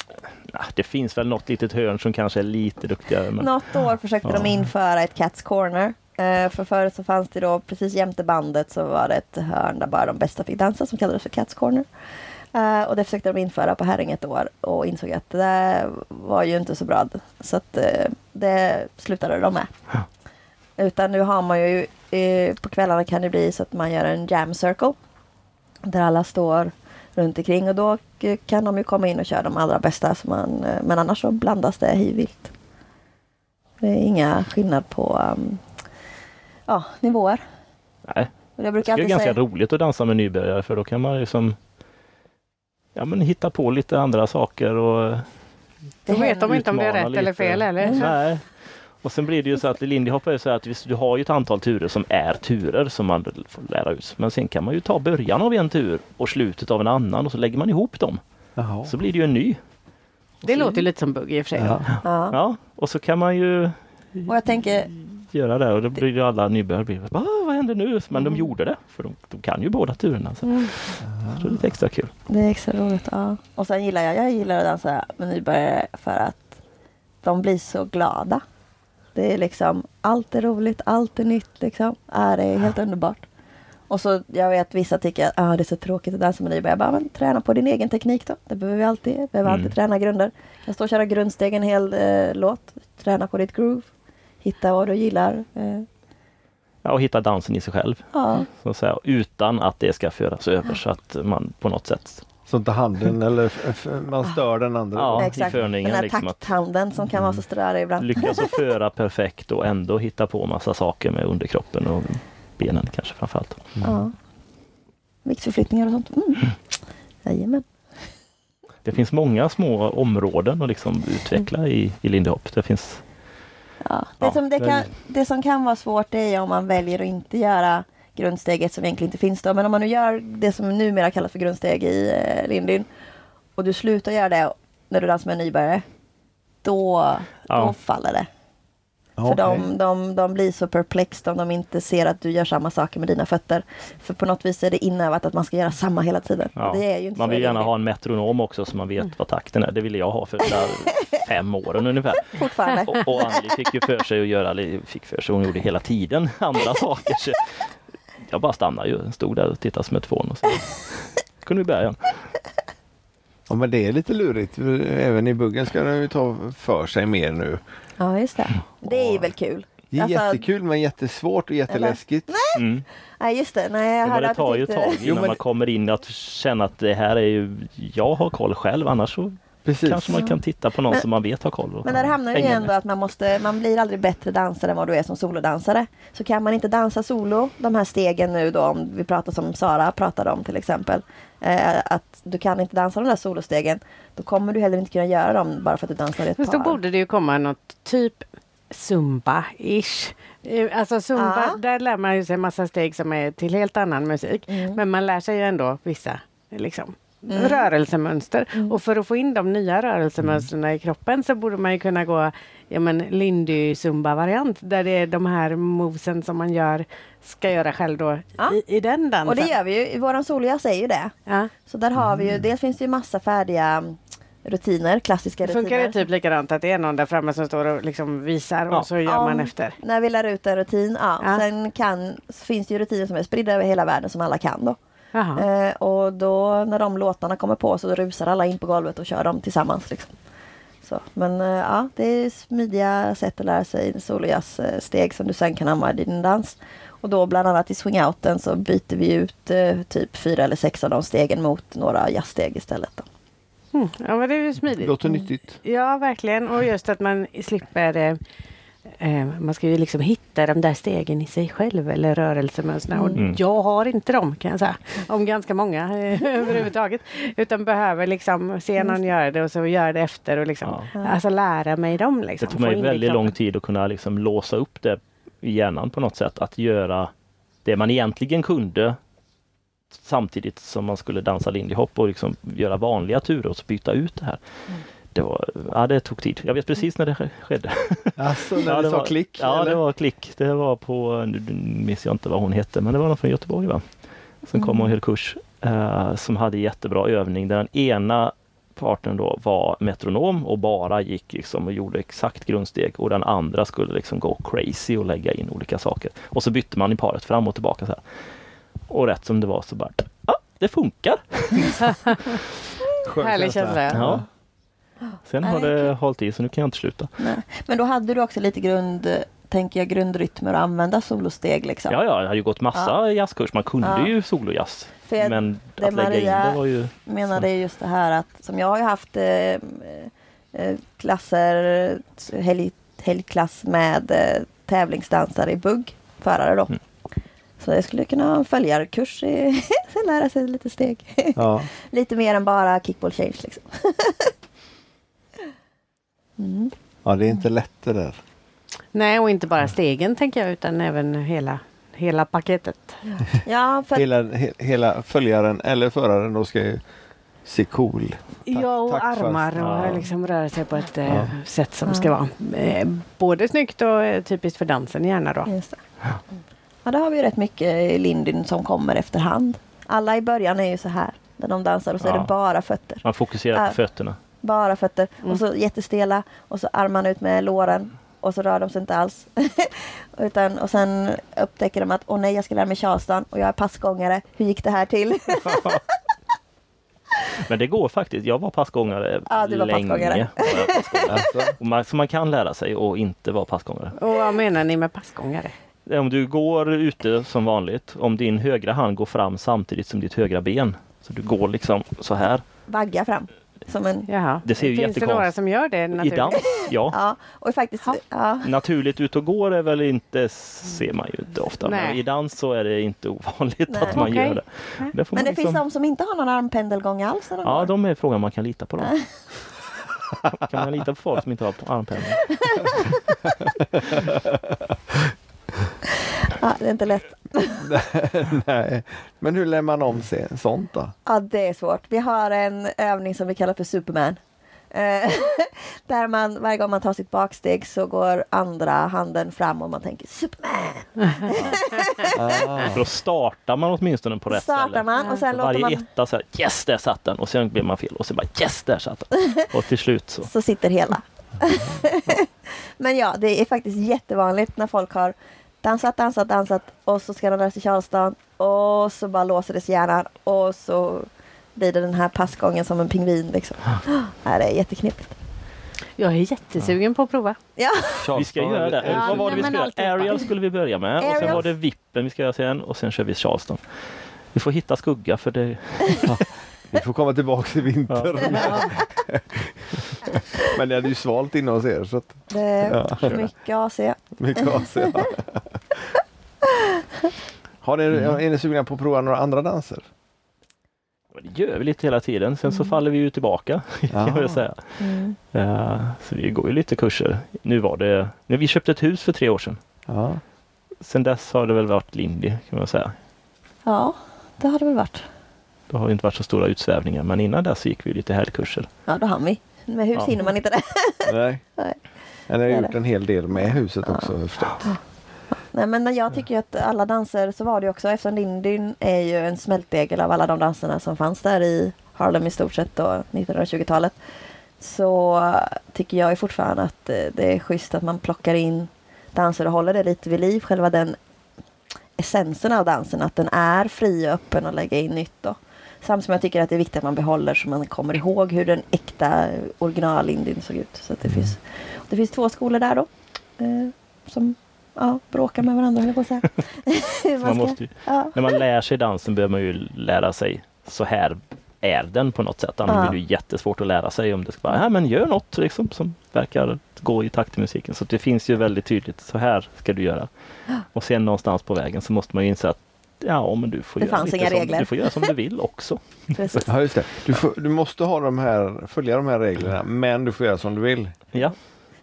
D: Nah, Det finns väl något litet hörn som kanske är lite duktigare. Men...
C: något år försökte de införa ett Cats Corner. Eh, För förut så fanns det då precis jämte bandet så var det ett hörn där bara de bästa fick dansa som kallades för Cats Corner. Eh, Och det försökte de införa på Herräng ett år och insåg att det där var ju inte så bra. Så att eh, det slutade de med. Utan nu har man ju eh, på kvällarna kan det bli så att man gör en jam circle. Där alla står runt omkring och då eh, kan de ju komma in och köra de allra bästa. Så man, eh, men annars så blandas det hejvilt. Det är inga skillnad på um, ja, nivåer.
D: Nej.
C: Och jag
D: Det
C: brukar
D: är
C: alltid säga,
D: ganska roligt att dansa med nybörjare för då kan man ju som ja, men hitta på lite andra saker
B: Då
D: och
B: vet de
D: händer.
B: inte om det är
D: Utmana
B: rätt eller
D: lite.
B: fel eller?
D: Nej. Och sen blir det ju så att Lindy hoppar ju så här att visst, du har ju ett antal turer som är turer som man får lära ut. Men sen kan man ju ta början av en tur och slutet av en annan och så lägger man ihop dem.
A: Jaha.
D: Så blir det ju en ny.
B: Det låter ju lite som bugg i och för sig.
C: ja.
D: Ja, och så kan man ju
C: Och jag tänker,
D: göra det och då blir ju alla nybörjare blir, "Va, vad händer nu? Men de gjorde det, för de, de kan ju båda turerna. Så. så det är lite extra kul.
C: det är extra roligt. Ja. Och sen gillar jag, jag gillar att dansa med nybörjare för att de blir så glada. Det är liksom, allt är roligt, allt är nytt liksom. Ja, det är helt underbart. Och så, jag vet vissa tycker att ah, det är så tråkigt att dansa med nybörjare. Jag bara, men träna på din egen teknik då. Det behöver vi alltid. Vi behöver alltid
D: Mm.
C: träna grunder. Jag står och köra grundsteg en hel eh, låt. Träna på ditt groove. Hitta vad du gillar. Eh,
D: Ja, och hitta dansen i sig själv,
C: ja.
D: så att säga, utan att det ska föras över så att man på något sätt
A: Så inte handen eller f- f- man stör den andra.
D: Ja. i
C: Exakt. Den
D: förningen
C: här
D: liksom att- Mm.
C: takthanden som kan vara så strörig ibland.
D: lyckas att föra perfekt och ändå hitta på massa saker med underkroppen och benen kanske framförallt.
C: Ja. Viktförflyttningar och sånt. Mm. Jajamän.
D: Det finns många små områden att liksom utveckla i, i Lindy Hop. Det finns
C: Ja. Det,
D: Ja,
C: som det,
D: det-
C: kan, det som kan vara svårt det är ju om man väljer att inte göra grundsteget som egentligen inte finns då. Men om man nu gör det som numera kallas för grundsteg i eh, Lindyn och du slutar göra det när du dansar med en nybörjare. Då, då
D: Ja.
C: faller det.
A: Ja,
C: För
A: okej.
C: de, de, de blir så perplexed om de inte ser att du gör samma saker med dina fötter. För på något vis är det inövat att man ska göra samma hela tiden.
D: Ja.
C: Och Det är ju Mm. inte
D: Man
C: så
D: vill
C: i
D: gärna
C: Lindyn
D: ha en metronom också så man vet vad takten är. Det ville jag ha för där fem åren ungefär.
C: fortfarande.
D: Och, och Anneli fick ju för sig att göra, eller fick för sig, hon gjorde hela tiden andra saker. Så jag bara stannade ju, stod där och tittade som ett fån och så kunde vi börja igen.
A: Ja, men det är lite lurigt. för Även i buggen ska de ju ta för sig mer nu.
C: Ja, just det. Det är ju väl kul.
A: Det är
C: Alltså-
A: jättekul men jättesvårt och jätteläskigt.
D: Mm.
C: Nej, just det. Nej, jag
D: Men
C: hörde
D: det
C: att du
D: tar ju ett
C: tyckte-
D: tag
A: Jo,
D: innan
A: men-
D: man kommer in att känna att det här är ju, jag har koll själv annars så
A: Precis.
D: kanske man kan titta på någon
C: Men-
D: som man vet har koll. och
C: Men där hamnar det ju
D: hänga
C: ändå
D: med.
C: att man måste, man blir aldrig bättre dansare än vad du är som solodansare. Så kan man inte dansa solo, de här stegen nu då, om vi pratar som Sara pratade om till exempel. Eh, att du kan inte dansa de där solostegen, då kommer du heller inte kunna göra dem bara för att du dansar i ett
B: Fast då
C: par.
B: borde det ju komma något typ Zumba-ish. Eh, Alltså Zumba,
C: Ja.
B: där lär man ju sig massa steg som är till helt annan musik.
C: Mm.
B: Men man lär sig ju ändå vissa liksom, rörelsemönster.
C: Mm.
B: Och för att få in de nya rörelsemönstren i kroppen så borde man ju kunna gå ja, men lindy zumba variant där det är de här movesen som man gör ska göra själv då
C: Ja.
B: i, i den dansen.
C: Och det gör vi ju, våran solojazz är ju det.
B: ja.
C: Så där har vi ju, dels finns det ju massa färdiga mm, rutiner, klassiska rutiner.
B: Funkar det typ likadant att det är någon där framme som står och liksom visar
D: Ja.
B: och så gör man efter?
C: När vi lär ut en rutin, ja.
B: Ja.
C: Sen kan, så finns det ju rutiner som är spridda över hela världen som alla kan då.
B: Jaha.
C: Eh, och då när de låtarna kommer på så rusar alla in på golvet och kör dem tillsammans. Liksom. Så, men eh, ja, det är smidiga sätt att lära sig solojazz eh, steg som du sen kan använda i din dans. Och då bland annat i swingouten så byter vi ut eh, typ fyra eller sex av de stegen mot några jazzsteg istället. Då.
B: Mm. Ja men det är ju smidigt.
A: Låter nyttigt.
B: Ja, verkligen. Och just att man slipper eh, Eh, Man ska ju liksom hitta de där stegen i sig själv eller rörelsemönstren.
D: Mm.
B: Och jag har inte dem kan jag säga. Om ganska många eh, överhuvudtaget. Utan behöver liksom se någon göra det och så göra det efter och liksom alltså lära mig dem.
D: Det
B: Liksom.
D: tog
B: Få
D: mig
B: in det i
D: väldigt
B: kroppen.
D: lång tid att kunna liksom låsa upp det i hjärnan på något sätt. Att göra det man egentligen kunde samtidigt som man skulle dansa lindyhopp och liksom göra vanliga turer och så byta ut det här.
B: Mm.
D: Det, var, ja, det tog tid. Jag vet precis när det sk- skedde.
A: Alltså
D: ja,
A: när du sa
D: var,
A: klick?
D: Ja,
A: eller?
D: det var klick. Det var på, nu nu minns jag inte vad hon hette, men det var någon från Göteborg va? Som kom och höll kurs eh, som hade jättebra övning. Där den ena parten då var metronom och bara gick liksom och gjorde exakt grundsteg och den andra skulle liksom gå crazy och lägga in olika saker. Och så bytte man i paret fram och tillbaka så här. Och rätt som det var så bara, ah, det funkar!
A: Skön
B: Härlig känsla. Ja.
D: Ja. Sen har
C: Nej, det är
D: det hållit i så nu kan jag inte sluta.
C: Nej. Men då hade du också lite grund, eh, tänker jag, grundrytmer att använda solosteg liksom.
D: Ja, ja, jag har ju gått massa jazzkurs. Man kunde
C: Ja.
D: ju solojazz.
C: För jag-
D: Men
C: det
D: att lägga in
C: Maria-
D: det var ju...
C: menar det är just det här att som jag har ju haft eh, eh, klasser, helg, helgklass med eh, tävlingsdansare i bugg, förare då. Så jag skulle kunna ha en följarkurs i så lära sig lite steg.
A: Ja.
C: lite mer än bara kickball change liksom. mm.
A: ja, det är inte lätt det där.
B: Nej, och inte
D: Mm.
B: bara stegen tänker jag utan även hela, hela paketet.
C: Ja, för att
A: Hela, he, hela följaren eller föraren då ska ju se cool. Tack-
B: ja, och
A: tack för-
B: armar och
D: Ja.
B: liksom röra sig på ett eh,
A: Ja.
B: sätt som
C: Ja.
B: ska vara eh, både snyggt och eh, typiskt för dansen gärna då.
C: Just det. Mm. Ja, det har vi ju rätt mycket i Lindyn som kommer efterhand. Alla i början är ju så här. När de dansar och så är
D: Ja.
C: det bara fötter.
D: Man fokuserar
C: Ja.
D: på fötterna.
C: Bara fötter.
B: Mm.
C: Och så jättestela. Och så armarna ut med låren. Och så rör de sig inte alls. Utan, och sen upptäcker de att åh nej, jag ska lära mig Charleston och jag är passgångare. Hur gick det här till?
D: Men det går faktiskt. Jag var passgångare
C: Ja, du var
D: länge.
C: passgångare.
D: Var jag passgångare.
A: Alltså,
D: Och man, så man kan lära sig och inte vara passgångare.
B: Och vad menar ni med passgångare?
D: Om du går ute som vanligt, om din högra hand går fram samtidigt som ditt högra ben. Så du går liksom så här.
C: Vagga fram. Som en...
B: Jaha.
D: Det ser ju
B: Finns det
D: jättekonstigt-
B: några som gör det
D: I
B: naturligt?
D: dans, ja.
C: Ja, och faktiskt...
B: Ja.
C: Ja.
D: Naturligt ut och går är väl inte, ser man ju inte ofta. Men
B: Nej.
D: i dans så är det inte ovanligt
C: Nej.
D: att man
B: Okej.
D: gör det. det får
C: Men
D: man
C: det finns
D: liksom-
C: de som inte har någon armpendelgång alls när de
D: Ja,
C: går.
D: de är frågan man kan lita på. Då. kan man lita på folk som inte har armpendlar?
C: Ja, det är inte lätt.
A: nej. Men hur lär man om sig sånt då?
C: Ja, det är svårt. Vi har en övning som vi kallar för Superman. Eh, Där man, varje gång man tar sitt baksteg så går andra handen fram och man tänker Superman!
A: Ah.
D: För då startar man åtminstone på rätt
C: Startar
D: ställe.
C: man och sen låter
D: Varje
C: man
D: etta så här, yes där satt den! Och sen blir man fel och sen bara yes där satt den! Och till slut så.
C: så sitter hela. Men ja, det är faktiskt jättevanligt när folk har dansat, dansat, dansat och så ska de lära sig Charleston och så bara låser det sig i hjärnan och så blir det den här passgången som en pingvin liksom. Ja, det är jätteknepigt.
B: Jag är jättesugen på att prova.
C: Ja.
D: Vi ska göra det.
B: Ja,
D: Vad var det vi
B: men
D: skulle
B: alltihopa.
D: göra? Ariel skulle vi börja med och sen
C: Aerials.
D: var det vippen vi ska göra sen och sen kör vi Charleston. Vi får hitta skugga för det...
A: Vi får komma tillbaka i vinter. Men det hade ju svalt inne hos er så att
C: Det är
A: Ja.
C: mycket AC.
A: mycket AC. Har ni, Är ni sugna på att prova några andra danser?
D: Det gör vi lite hela tiden. Sen så faller vi ju tillbaka kan jag väl säga.
C: Mm.
D: Eh, Så vi går ju lite kurser. Nu var det... Nu, vi köpte ett hus för tre år sedan.
A: Ja.
D: Sen dess har det väl varit lindy kan man säga.
C: Ja, det har det väl varit.
D: Då har det inte varit så stora utsvävningar men innan dess så gick vi lite helgkurser.
C: Ja, då hann vi. Med hus
D: Ja.
C: hinner man inte det.
A: Nej.
C: Nej.
A: Men ni
C: Det
A: har
C: är
A: gjort
C: det.
A: en hel del med huset också har jag förstått.
C: Nej, men jag tycker ju att alla danser, så var det ju också eftersom Lindyn är ju en smältdegel av alla de danserna som fanns där i Harlem i stort sett då, 1920-talet. Så tycker jag ju fortfarande att eh, det är schysst att man plockar in danser och håller det lite vid liv, själva den essensen av dansen, att den är fri och öppen och lägga in nytt då. Samtidigt som jag tycker att det är viktigt att man behåller så man kommer ihåg hur den äkta original-Indien såg ut. Så att det,
D: Mm.
C: finns, det finns två skolor där då. Eh, som ja, bråkar med varandra, höll jag på att säga. Hur
D: Man måste ju,
C: ja.
D: när man lär sig dansen behöver man ju lära sig så här är den på något sätt. Annars
C: Ja.
D: blir det ju jättesvårt att lära sig om det ska vara, "Nej, men gör något liksom, som verkar gå i takt till musiken. Så det finns ju väldigt tydligt, så här ska du göra. Och sen någonstans på vägen så måste man ju inse att ja, men du får,
C: Det
D: göra,
C: fanns
D: lite
C: inga
D: som,
C: regler.
D: Du får göra som du vill också.
C: Precis.
A: Ja, just det. Du, får, du måste ha de här, följa de här reglerna, men du får göra som du vill.
D: Ja,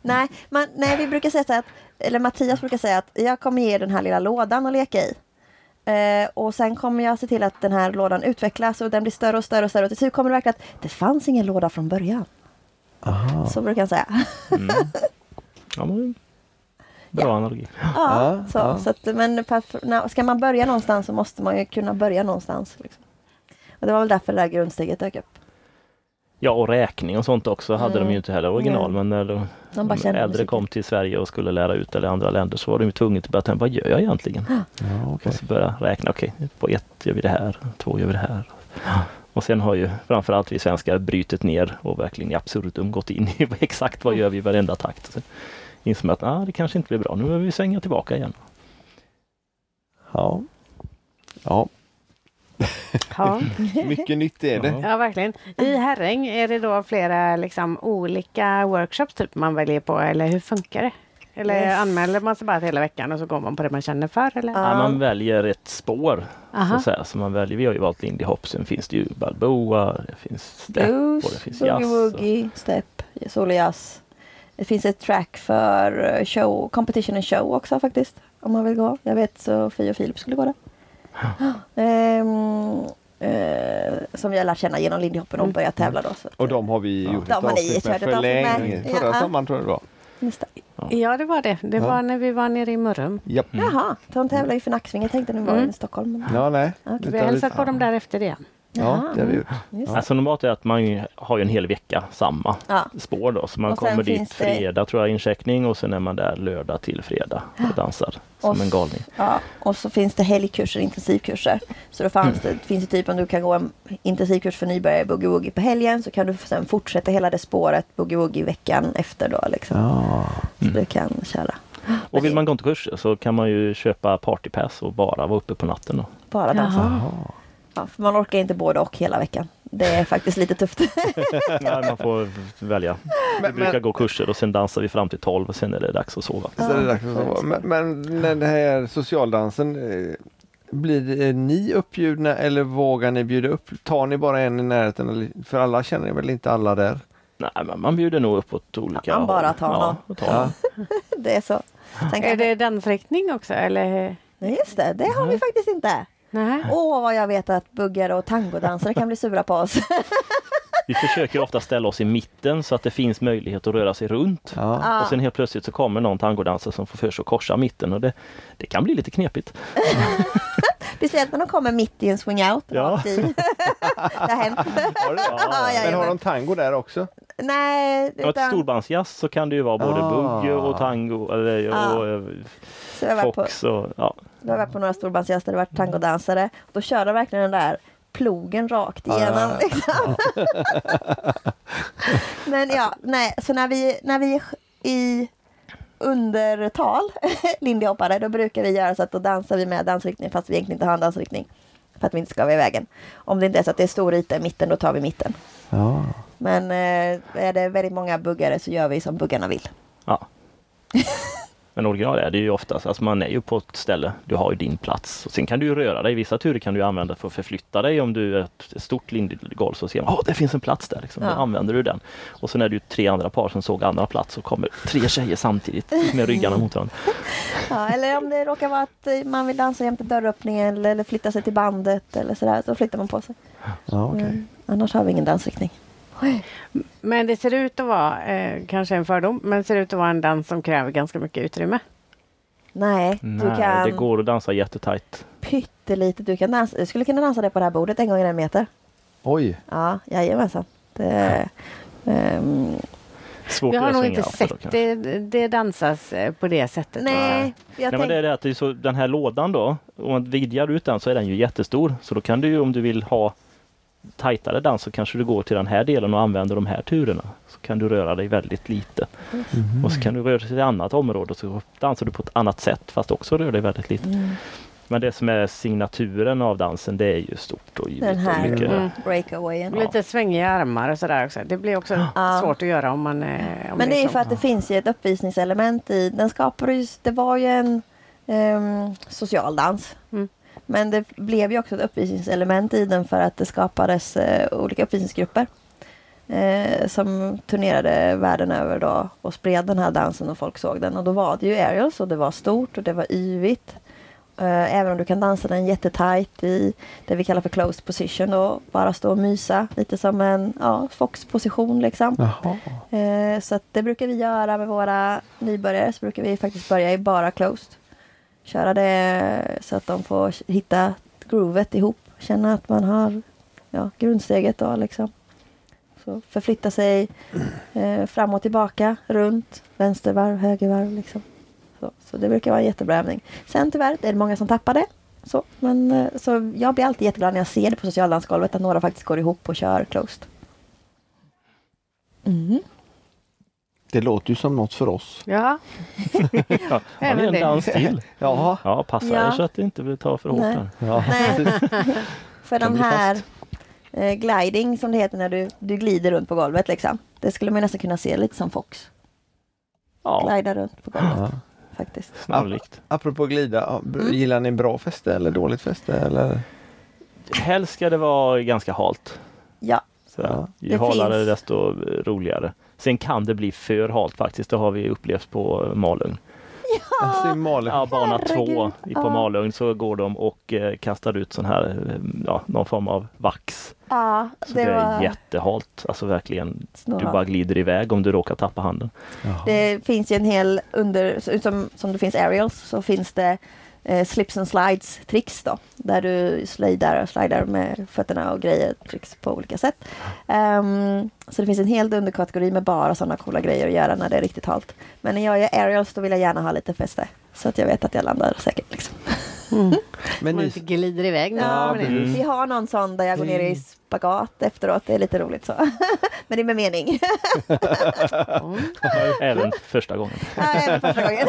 C: Nej, man, nej, vi brukar säga så här att, eller Mattias brukar säga att jag kommer ge er den här lilla lådan att leka i. Eh, och sen kommer jag se till att den här lådan utvecklas och den blir större och större och större. Och till slut kommer det verkligen att det fanns ingen låda från början. Så brukar han säga.
D: Mm. ja men, bra analogi.
C: ja,
A: Ja,
C: så,
A: ja.
C: Så att, men perf- när- ska man börja någonstans så måste man ju kunna börja någonstans. Liksom. Och det var väl därför det där grundsteget dök upp.
D: Ja, och räkning och sånt också hade de
C: Mm.
D: ju inte heller original.
C: Nej.
D: Men när de,
C: De bara
D: de
C: kände typ
D: äldre
C: musiken.
D: kom till Sverige och skulle lära ut eller andra länder så var de ju tvungna att börja tänka, vad gör jag egentligen?
A: Ja,
D: Och så börja räkna, okej, på ett gör vi det här, två gör vi det här. Och sen har ju framförallt vi svenskar brytit ner och verkligen i absurdum gått in i exakt vad gör vi i varenda takt. Så inser man att ah, det kanske inte blir bra, nu behöver vi svänga tillbaka igen.
A: Ja. ja,
B: Ja.
A: mycket nytt är det.
B: Ja, verkligen. I Herräng, är det då flera liksom, olika workshops typ, man väljer på, eller hur funkar det? Eller
C: Yes.
B: anmäler man sig bara till hela veckan och så går man på det man känner för? Eller?
C: Ja.
D: Ja. Man väljer ett spår. Så,
B: Aha.
D: att säga. så man väljer, vi har ju valt Lindy Hop, sen finns det ju Balboa, det finns step och det
C: Blues,
D: finns jazz. och-
C: boogie-woogie, step, solo jazz. Det finns ett track för eh, show, competition and show också faktiskt. Om man vill gå. Jag vet Sofie och Filip skulle gå där. Ehm, eh, som vi har lärt känna genom Lindy Hoppen och
D: Mm.
C: börjat tävla då. Så. att-
A: Och de har vi gjort ett
C: De har ni
A: avsnitt
C: kört
A: med
C: ett
A: för
C: avsnitt med.
A: länge. Förra
C: Ja.
A: sommaren tror jag det var.
C: Just det.
B: Ja, det var det. Det
A: Ja.
B: var när vi var nere i Mörrum.
A: Japp.
D: Mm.
C: Jaha, de tävlar ju för Nacksvingen. Jag tänkte nu var
B: Mm.
C: i Stockholm. men-
A: Ja, nej.
B: Vi har hälsat på dem där efter det. igen.
A: Ja, det har vi gjort.
C: Just det.
D: Alltså normalt är att man ju har ju en hel vecka samma
C: Ja.
D: spår då. Så man
C: Och sen
D: kommer dit
C: finns det-
D: fredag tror jag incheckning och sen är man där lördag till fredag och dansar
C: Och
D: som en
C: s-
D: galning.
C: Ja, och så finns det helgkurser, intensivkurser. Så då fanns
D: Mm.
C: det, finns det typ om du kan gå en intensivkurs för nybörjare i boogie-woogie på helgen så kan du sen fortsätta hela det spåret boogie-woogie veckan efter då liksom.
A: Ja.
C: Så
D: Mm.
C: du kan köra
D: Och vill man gå till kurser så kan man ju köpa partypass och bara vara uppe på natten. Då.
C: bara dansa.
B: Jaha.
C: Ja, för man orkar inte både och hela veckan. Det är faktiskt lite tufft.
D: Nej, man får välja. Vi
A: Men,
D: brukar
A: men,
D: gå kurser och sen dansar vi fram till 12 och sen är det dags att sova.
A: så är det dags att sova. men, men när den här socialdansen, eh, blir det- är ni uppbjudna eller vågar ni bjuda upp? Tar ni bara en i närheten? eller- För alla känner väl inte alla där?
D: Nej, men man bjuder nog uppåt olika
C: Ja, man bara
D: håll.
C: tar
D: ja,
C: någon.
D: och tar någon.
C: det är så. Sen
B: Är
C: kan
B: det dansriktning också? Eller?
C: Nej, just det. Det har
D: Mm.
C: vi faktiskt inte.
B: Nej.
C: Åh, vad jag vet att buggare och tangodansare kan bli sura på oss.
D: Vi försöker ofta ställa oss i mitten så att det finns möjlighet att röra sig runt.
A: Ja.
C: Ja.
D: Och sen helt plötsligt så kommer någon tangodansare som får för sig att korsa mitten och det, det kan bli lite knepigt.
C: Speciellt när de kommer mitt i en swing-out.
D: Ja.
C: rakt i. det har hänt.
A: Har det?
C: Ja,
A: Men har
C: jajamän.
A: de tango där också?
C: Nej,
D: Ja, ett
C: utan-
D: storbandsjazz så kan det ju vara både
A: Ah.
D: boogie och tango eller,
C: Ah.
D: och eh,
C: Så jag var på,
D: fox och ja.
C: jag var på några storbandsjazz där det var tangodansare. Och då körde de verkligen den där plogen rakt igenom.
A: ja,
C: Liksom. Men ja, nej, så när vi, när vi är i undertal, lindyhoppare, då brukar vi göra så att då dansar vi med dansriktning fast vi egentligen inte har en dansriktning. För att vi inte ska vara i vägen. Om det inte är så att det är stor yta i mitten, då tar vi mitten.
A: Ja.
C: Men eh, är det väldigt många buggare så gör vi som buggarna vill.
D: ja. Men original är det ju oftast, alltså man är ju på ett ställe, du har ju din plats. Och sen kan du ju röra dig, vissa turer kan du ju använda för att förflytta dig. Om du är ett stort lindigolv så ser man, åh det finns en plats där, liksom.
C: Ja.
D: då använder du den. Och sen är det ju tre andra par som såg andra plats och kommer tre tjejer samtidigt med ryggarna mot varandra.
C: Ja, eller om det råkar vara att eh, man vill dansa jämte dörröppningen eller, eller flytta sig till bandet eller sådär, så flyttar man på sig.
A: Ja, okej.
C: Men annars har vi ingen dansriktning.
B: Men det ser ut att vara, eh, kanske en fördom, men det ser ut att vara en dans som kräver ganska mycket utrymme.
C: Nej, du
D: Nej,
C: kan
D: det går att dansa jättetajt.
C: pyttelite. Du kan dansa. Du skulle kunna dansa det på det här bordet en gång i en meter.
A: Oj.
C: Ja, jajamensan. Det, ehm,
D: Svårt
B: Vi
D: att
B: har
D: göra
B: nog
D: swingout
B: inte
D: då,
B: sett
D: kanske.
B: det, det dansas eh, på det sättet.
C: nej, jag
D: Nej, men det
C: tänkte...
D: är det att det är så, den här lådan då, om man vidgar ut den så är den ju jättestor. Så då kan du ju om du vill ha tajtare dans så kanske du går till den här delen och använder de här turerna. Så kan du röra dig väldigt lite.
C: Mm.
D: Och så kan du röra dig till ett annat område och så dansar du på ett annat sätt fast också rör dig väldigt lite. Men det som är signaturen av dansen det är ju stort och
C: Den
D: ljuvligt och
C: här
D: mycket.
C: mm, breakawayen.
B: Och lite svängiga armar och sådär också. Det blir också
C: Ja.
B: svårt att göra om man... eh, Om
C: Men det är ju
B: sånt.
C: för att det finns ju ett uppvisningselement i. Den skapade ju, det var ju en ehm, social dans.
B: Mm.
C: Men det blev ju också ett uppvisningselement i den för att det skapades eh, olika uppvisningsgrupper. Eh, som turnerade världen över då och spred den här dansen och folk såg den. Och då var det ju aerials och det var stort och det var yvigt. Eh, även om du kan dansa den jättetajt i det vi kallar för closed position då. Bara stå och mysa lite som en ja, foxposition liksom.
A: Jaha.
C: Eh, Så att det brukar vi göra med våra nybörjare. Så brukar vi faktiskt börja i bara closed. Köra det så att de får hitta groovet ihop. Känna att man har ja, grundsteget då liksom. Så förflytta sig eh, fram och tillbaka, runt, vänstervarv, högervarv liksom. Så, så det brukar vara en jättebra övning. Sen tyvärr är det många som tappar det. Så, men, eh, så jag blir alltid jätteglad när jag ser det på socialdansgolvet att några faktiskt går ihop och kör closed. Mm.
A: Det låter ju som något för oss.
B: Ja,
D: Ja, det är
B: Även
D: en
B: det.
D: dans till.
A: Ja.
D: Ja, passa
C: Ja.
D: er så att det inte blir ta för hårt.
C: Nej.
D: här.
A: ja.
C: Nej. För
D: Kan
C: de
D: bli fast.
C: här eh, gliding som det heter när du, du glider runt på golvet liksom. Det skulle man nästan kunna se lite som Fox.
D: Ja,
C: Glida runt på golvet
A: Ja.
C: faktiskt.
D: snarlikt.
A: Apropå glida, ja, b-
C: Mm.
A: gillar ni bra fäste eller dåligt fäste? Eller?
D: Helst ska det vara ganska halt.
C: Ja,
D: Så
A: Ja.
D: Ju
C: Det
D: halare
C: finns.
D: desto roligare. Sen kan det bli för halt faktiskt. Det har vi upplevt på eh, Malung.
A: Alltså, i Malin.
D: Ja, bana
C: Herregud.
D: två i- på
C: Ja.
D: Malung så går de och eh, kastar ut sån här, eh, ja, någon form av vax.
C: ja
D: Så det,
C: det
D: är
C: var
D: jättehalt. Alltså verkligen, du bara
C: snurrigt.
D: glider iväg om du råkar tappa handen.
A: Jaha.
C: Det finns ju en hel under, så- som, som det finns aerials, så finns det eh, slips and slides tricks då. Där du slidar och slidar med fötterna och grejer, tricks på olika sätt. Ehm, så det finns en hel underkategori med bara sådana coola grejer att göra när det är riktigt halt. Men när jag gör aerials då vill jag gärna ha lite fäste. Så att jag vet att jag landar säkert. Liksom.
A: Men
B: man
A: ni,
B: inte glider iväg när
C: Ja,
B: man kommer in.
D: precis.
C: Vi har någon sån där jag går ner i spagat efteråt. Det är lite roligt så. Men det är med mening.
D: Även första gången.
C: Ja, även första gången.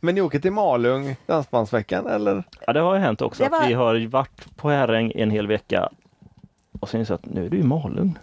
A: men ni åker till Malung Dansbandsveckan eller?
D: Ja, det har ju hänt också
C: Det
D: att
C: var-
D: vi har varit på Herräng en hel vecka och sen så att nu är det ju Malung.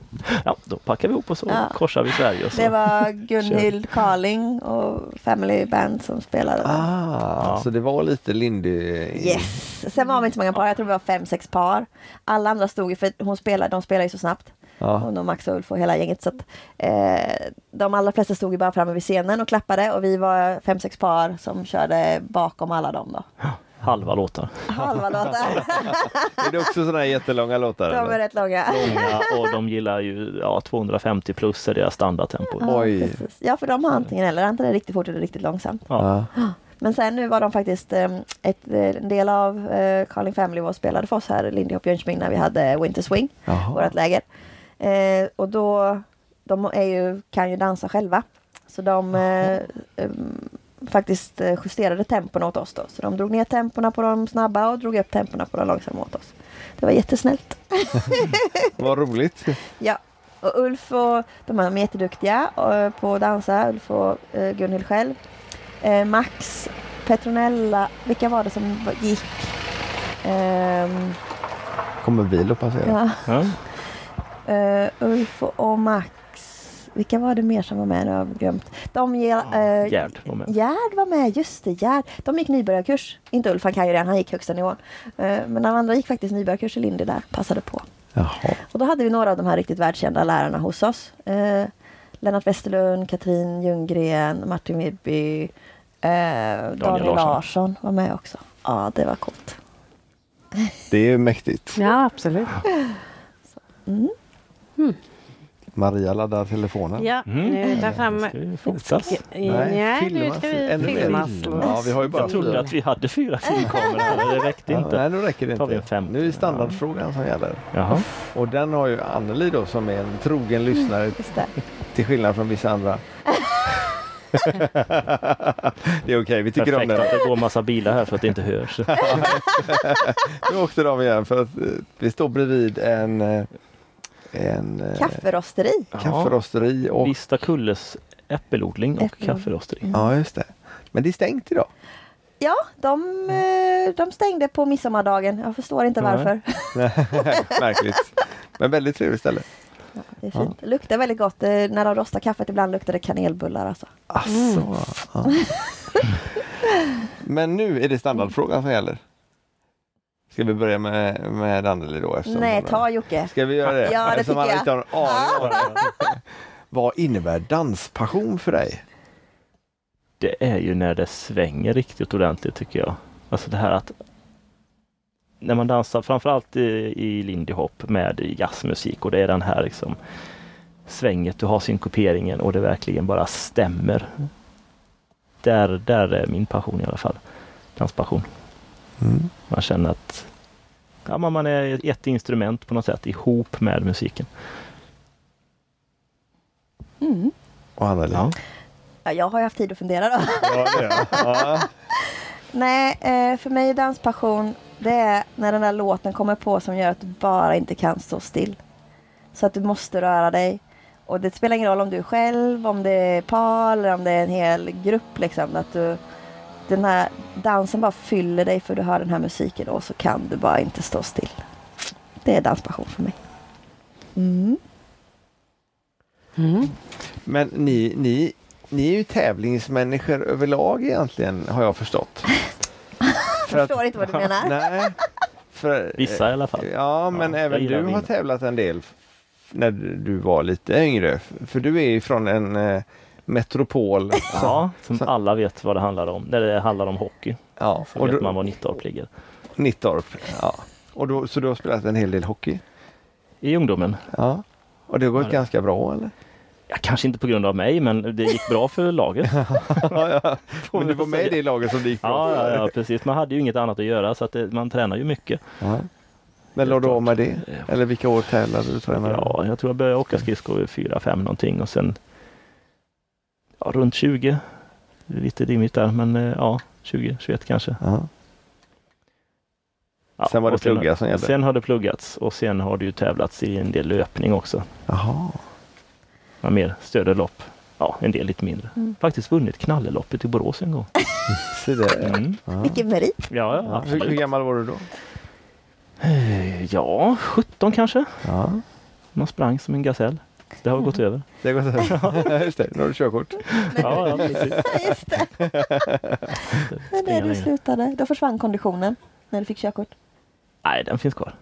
D: Ja, då packar vi ihop oss och
C: Ja.
D: korsar vi Sverige. Och så.
C: Det var Gunhild Carling och Family Band som spelade. den.
A: Ah, Så det var lite Lindy...
C: Yes! Sen var vi inte så många par, jag tror vi var fem, sex par. Alla andra stod ju, för hon spelade, de spelar ju så snabbt.
A: Ja.
C: Hon och Max och Ulf och hela gänget. Så att, eh, de allra flesta stod ju bara framme vid scenen och klappade och vi var fem, sex par som körde bakom alla dem då.
D: Halva låtar.
C: Halva låtar.
A: Är det också sådana här jättelånga låtar?
C: De är
A: eller?
C: rätt långa.
D: Långa och de gillar ju ja, 250 plus är deras standardtempo.
C: Ja,
A: Oj.
C: precis. Ja, för de har antingen eller. Antingen är det riktigt fort eller riktigt långsamt.
A: Ja.
C: Men sen nu var de faktiskt eh, ett, eh, en del av eh, Carling Family var och spelade för oss här i Lindy Hop Jönköping när vi hade Winter Swing,
A: Jaha.
C: vårt läger. Eh, och då, de är ju, kan ju dansa själva. Så de eh, em, faktiskt eh, justerade tempona åt oss då. Så de drog ner tempona på de snabba och drog upp tempona på de långsamma åt oss. Det var jättesnällt.
A: Vad roligt.
C: Ja, och Ulf och de här, de är jätteduktiga eh, på att dansa, Ulf och eh, Gunhild själv. Eh, Max, Petronella, vilka var det som var- gick? Ehm,
A: Kommer bil att passera?
C: ja.
D: Ja.
C: eh, Ulf och Max, vilka var det mer som var med? Nu har jag glömt. De ge, eh,
D: Gerd var med.
C: Gerd var med, just det, Gerd. De gick nybörjarkurs. Inte Ulf, han kan ju redan, han gick högsta nivån. Eh, men de andra gick faktiskt nybörjarkurs i Lindy där, passade på.
A: Jaha.
C: Och då hade vi några av de här riktigt världskända lärarna hos oss. Eh, Lennart Westerlund, Katrin Ljunggren, Martin Widby, eh, Daniel, Larsson.
D: Larsson.
C: var med också. Ja, det var coolt.
A: Det är ju mäktigt.
B: Ja, absolut.
A: Maria laddar telefonen.
B: Ja, nu tar fram...
D: Ska vi fotas?
B: Nej, nu ska vi
A: Ännu mer
B: filmas.
A: film. Ja, vi har ju bara
D: Jag trodde
A: fyra.
D: att vi hade fyra filmkameror här, men det räckte
A: Ja,
D: inte.
A: Nej, nu räcker det
D: Tar vi en
A: inte.
D: femte.
A: Nu är det standardfrågan som gäller.
D: Jaha.
A: Och den har ju Anneli då som är en trogen lyssnare
C: Just det.
D: Eh.
A: till skillnad från vissa andra. det är okej, vi tycker
D: Perfekt
A: om
D: att
A: den.
D: det går massa bilar här för att det inte hörs.
A: Nu åkte de igen för att eh, vi står bredvid en, eh, en eh,
C: Kafferosteri.
A: kafferosteri. Och,
D: Vista Kulles äppelodling och
C: Äppelodling.
D: kafferosteri.
A: ja, just det. Men det är stängt idag.
C: Ja, de, eh, de stängde på midsommardagen. Jag förstår inte
D: Nej.
C: varför.
A: Märkligt. Men väldigt trevligt ställe.
C: Det är fint. Det luktar väldigt gott. Eh, När de rostar kaffet ibland luktar det kanelbullar alltså.
A: Alltså, ja. Men nu är det standardfrågan som gäller. Ska vi börja med, med Anneli då? Eftersom
C: Nej,
A: hon-
C: ta Jocke.
A: Ska vi göra det?
C: Ja, det
A: Eftersom
C: tycker
A: alla inte har en aning om det. Vad innebär danspassion för dig?
D: det är ju när det svänger riktigt ordentligt tycker jag. Alltså det här att när man dansar framförallt i, i Lindy Hop med jazzmusik och det är den här liksom svänget, du har synkoperingen och det verkligen bara stämmer. Där, där är min passion i alla fall. Danspassion.
A: Mm.
D: Man känner att ja, man man är ett instrument på något sätt ihop med musiken.
C: Mm.
A: Och Anneli?
D: Ja.
C: Ja, jag har ju haft tid att fundera då.
A: Ja.
C: Nej, eh, för mig är danspassion det är när den där låten kommer på som gör att du bara inte kan stå still. Så att du måste röra dig. Och det spelar ingen roll om du är själv, om det är par eller om det är en hel grupp. Liksom, att du, den här dansen bara fyller dig för du hör den här musiken och så kan du bara inte stå still. Det är danspassion för mig. Mm.
B: Mm.
A: Men ni, ni, ni är ju tävlingsmänniskor överlag egentligen, har jag förstått. För
C: Jag förstår inte vad du menar.
A: Nej. För,
D: Vissa i alla fall.
A: Ja, men
D: jag
A: även
D: gillar
A: du
D: att
A: har
D: vinna.
A: tävlat en del f- när du var lite yngre. F- För du är ju från en eh, metropol.
D: Ja, som
A: Så-
D: alla vet vad det handlar om. När det handlar om hockey.
A: ja.
D: Så
A: Och
D: vet
A: du,
D: man var Nittorp ligger.
A: Nittorp. Ja. Och då, så du har spelat en hel del hockey?
D: I ungdomen.
A: Ja. Och det har gått
D: Ja, det-
A: ganska bra eller?
D: Ja, kanske inte på grund av mig, men det gick bra för laget.
A: ja, ja. Men
D: man
A: du
D: väl
A: var med i
D: säga.
A: det laget som det gick bra
D: Ja,
A: för.
D: ja, ja precis. Man hade ju inget annat att göra så att det, man tränar ju mycket.
A: Ja. När la du av med det? Eller vilka år tävlade du? Tränade? du?
D: Ja, jag tror jag började åka skridskor vid 4-5 någonting och sen ja, runt 20. Lite dimmigt där, men eh, ja, 20-21 kanske.
A: Ja.
D: Ja,
A: Sen var det
D: och sen-
A: plugga som gällde?
D: Sen har det pluggats och sen har det ju tävlats i en del löpning också.
A: Jaha.
D: Ja, mer större lopp. Ja, en del lite mindre. Faktiskt vunnit knalleloppet i Borås en gång.
A: Se där.
D: Mm.
A: Ja.
C: Vilken merit.
D: Ja, ja,
A: Ja. Hur, hur
D: absolut.
A: gammal var du då?
D: Eh, Ja, 17 kanske.
A: Ja.
D: Man sprang som en gasell. Det har gått över.
A: Det går så här. Just det, nu har du körkort.
D: Ja, ja, precis.
C: Ja, Just det. Det är
D: Springa
C: där du
D: längre.
C: slutade. Då försvann konditionen när du fick körkort.
D: Nej, den finns kvar.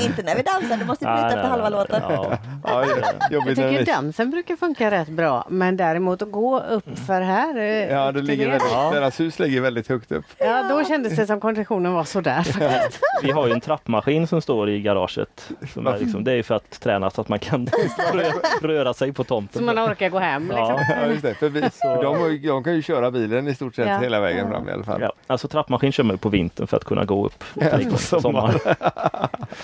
C: Inte när vi dansar, du måste bryta
D: Nej,
C: efter
D: nej,
C: halva
D: nej,
C: låten.
D: Ja,
A: Ja,
B: Jag
A: jobbigt när
B: tycker
A: det
B: ju
A: är
B: dansen brukar funka rätt bra, men däremot att gå upp för här. eh,
A: Ja,
B: upp
A: det
B: till
A: ligger väldigt, deras hus ligger väldigt högt upp.
B: Ja, då kändes det som konditionen var sådär. faktiskt.
D: vi har ju en trappmaskin som står i garaget. Som är liksom, det är ju för att träna så att man kan rö- röra sig på
B: Så
D: tomten.
B: man orkar gå hem. Liksom.
D: Ja,
A: Ja, just det. För vi,
D: Så-
A: de, har ju- de kan ju köra bilen i stort sett
B: Ja.
A: hela vägen fram i alla fall.
D: ja, alltså trappmaskin kör man ju på vintern för att kunna gå upp
A: Ja,
D: på
A: som
D: sommaren.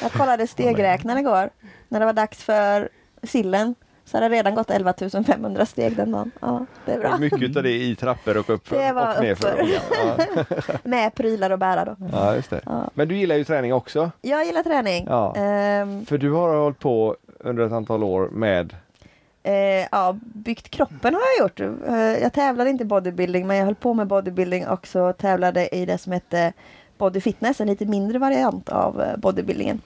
C: Jag kollade stegräknaren igår. När det var dags för sillen så hade det redan gått 11 500 steg den dagen. Ja, det är bra.
A: Och mycket av det är i trappor och uppför
C: Det var
A: och nerför. Ja.
C: Med prylar och bära då.
A: ja, just det.
C: Ja.
A: Men du gillar ju träning också.
C: Jag gillar träning.
A: Ja.
C: Ehm,
A: För du har hållit på under ett antal år med...
C: eh, ja, byggt kroppen har jag gjort. Eh, jag tävlade inte i bodybuilding men jag höll på med bodybuilding och så tävlade i det som hette body fitness, en lite mindre variant av eh, bodybuildingen.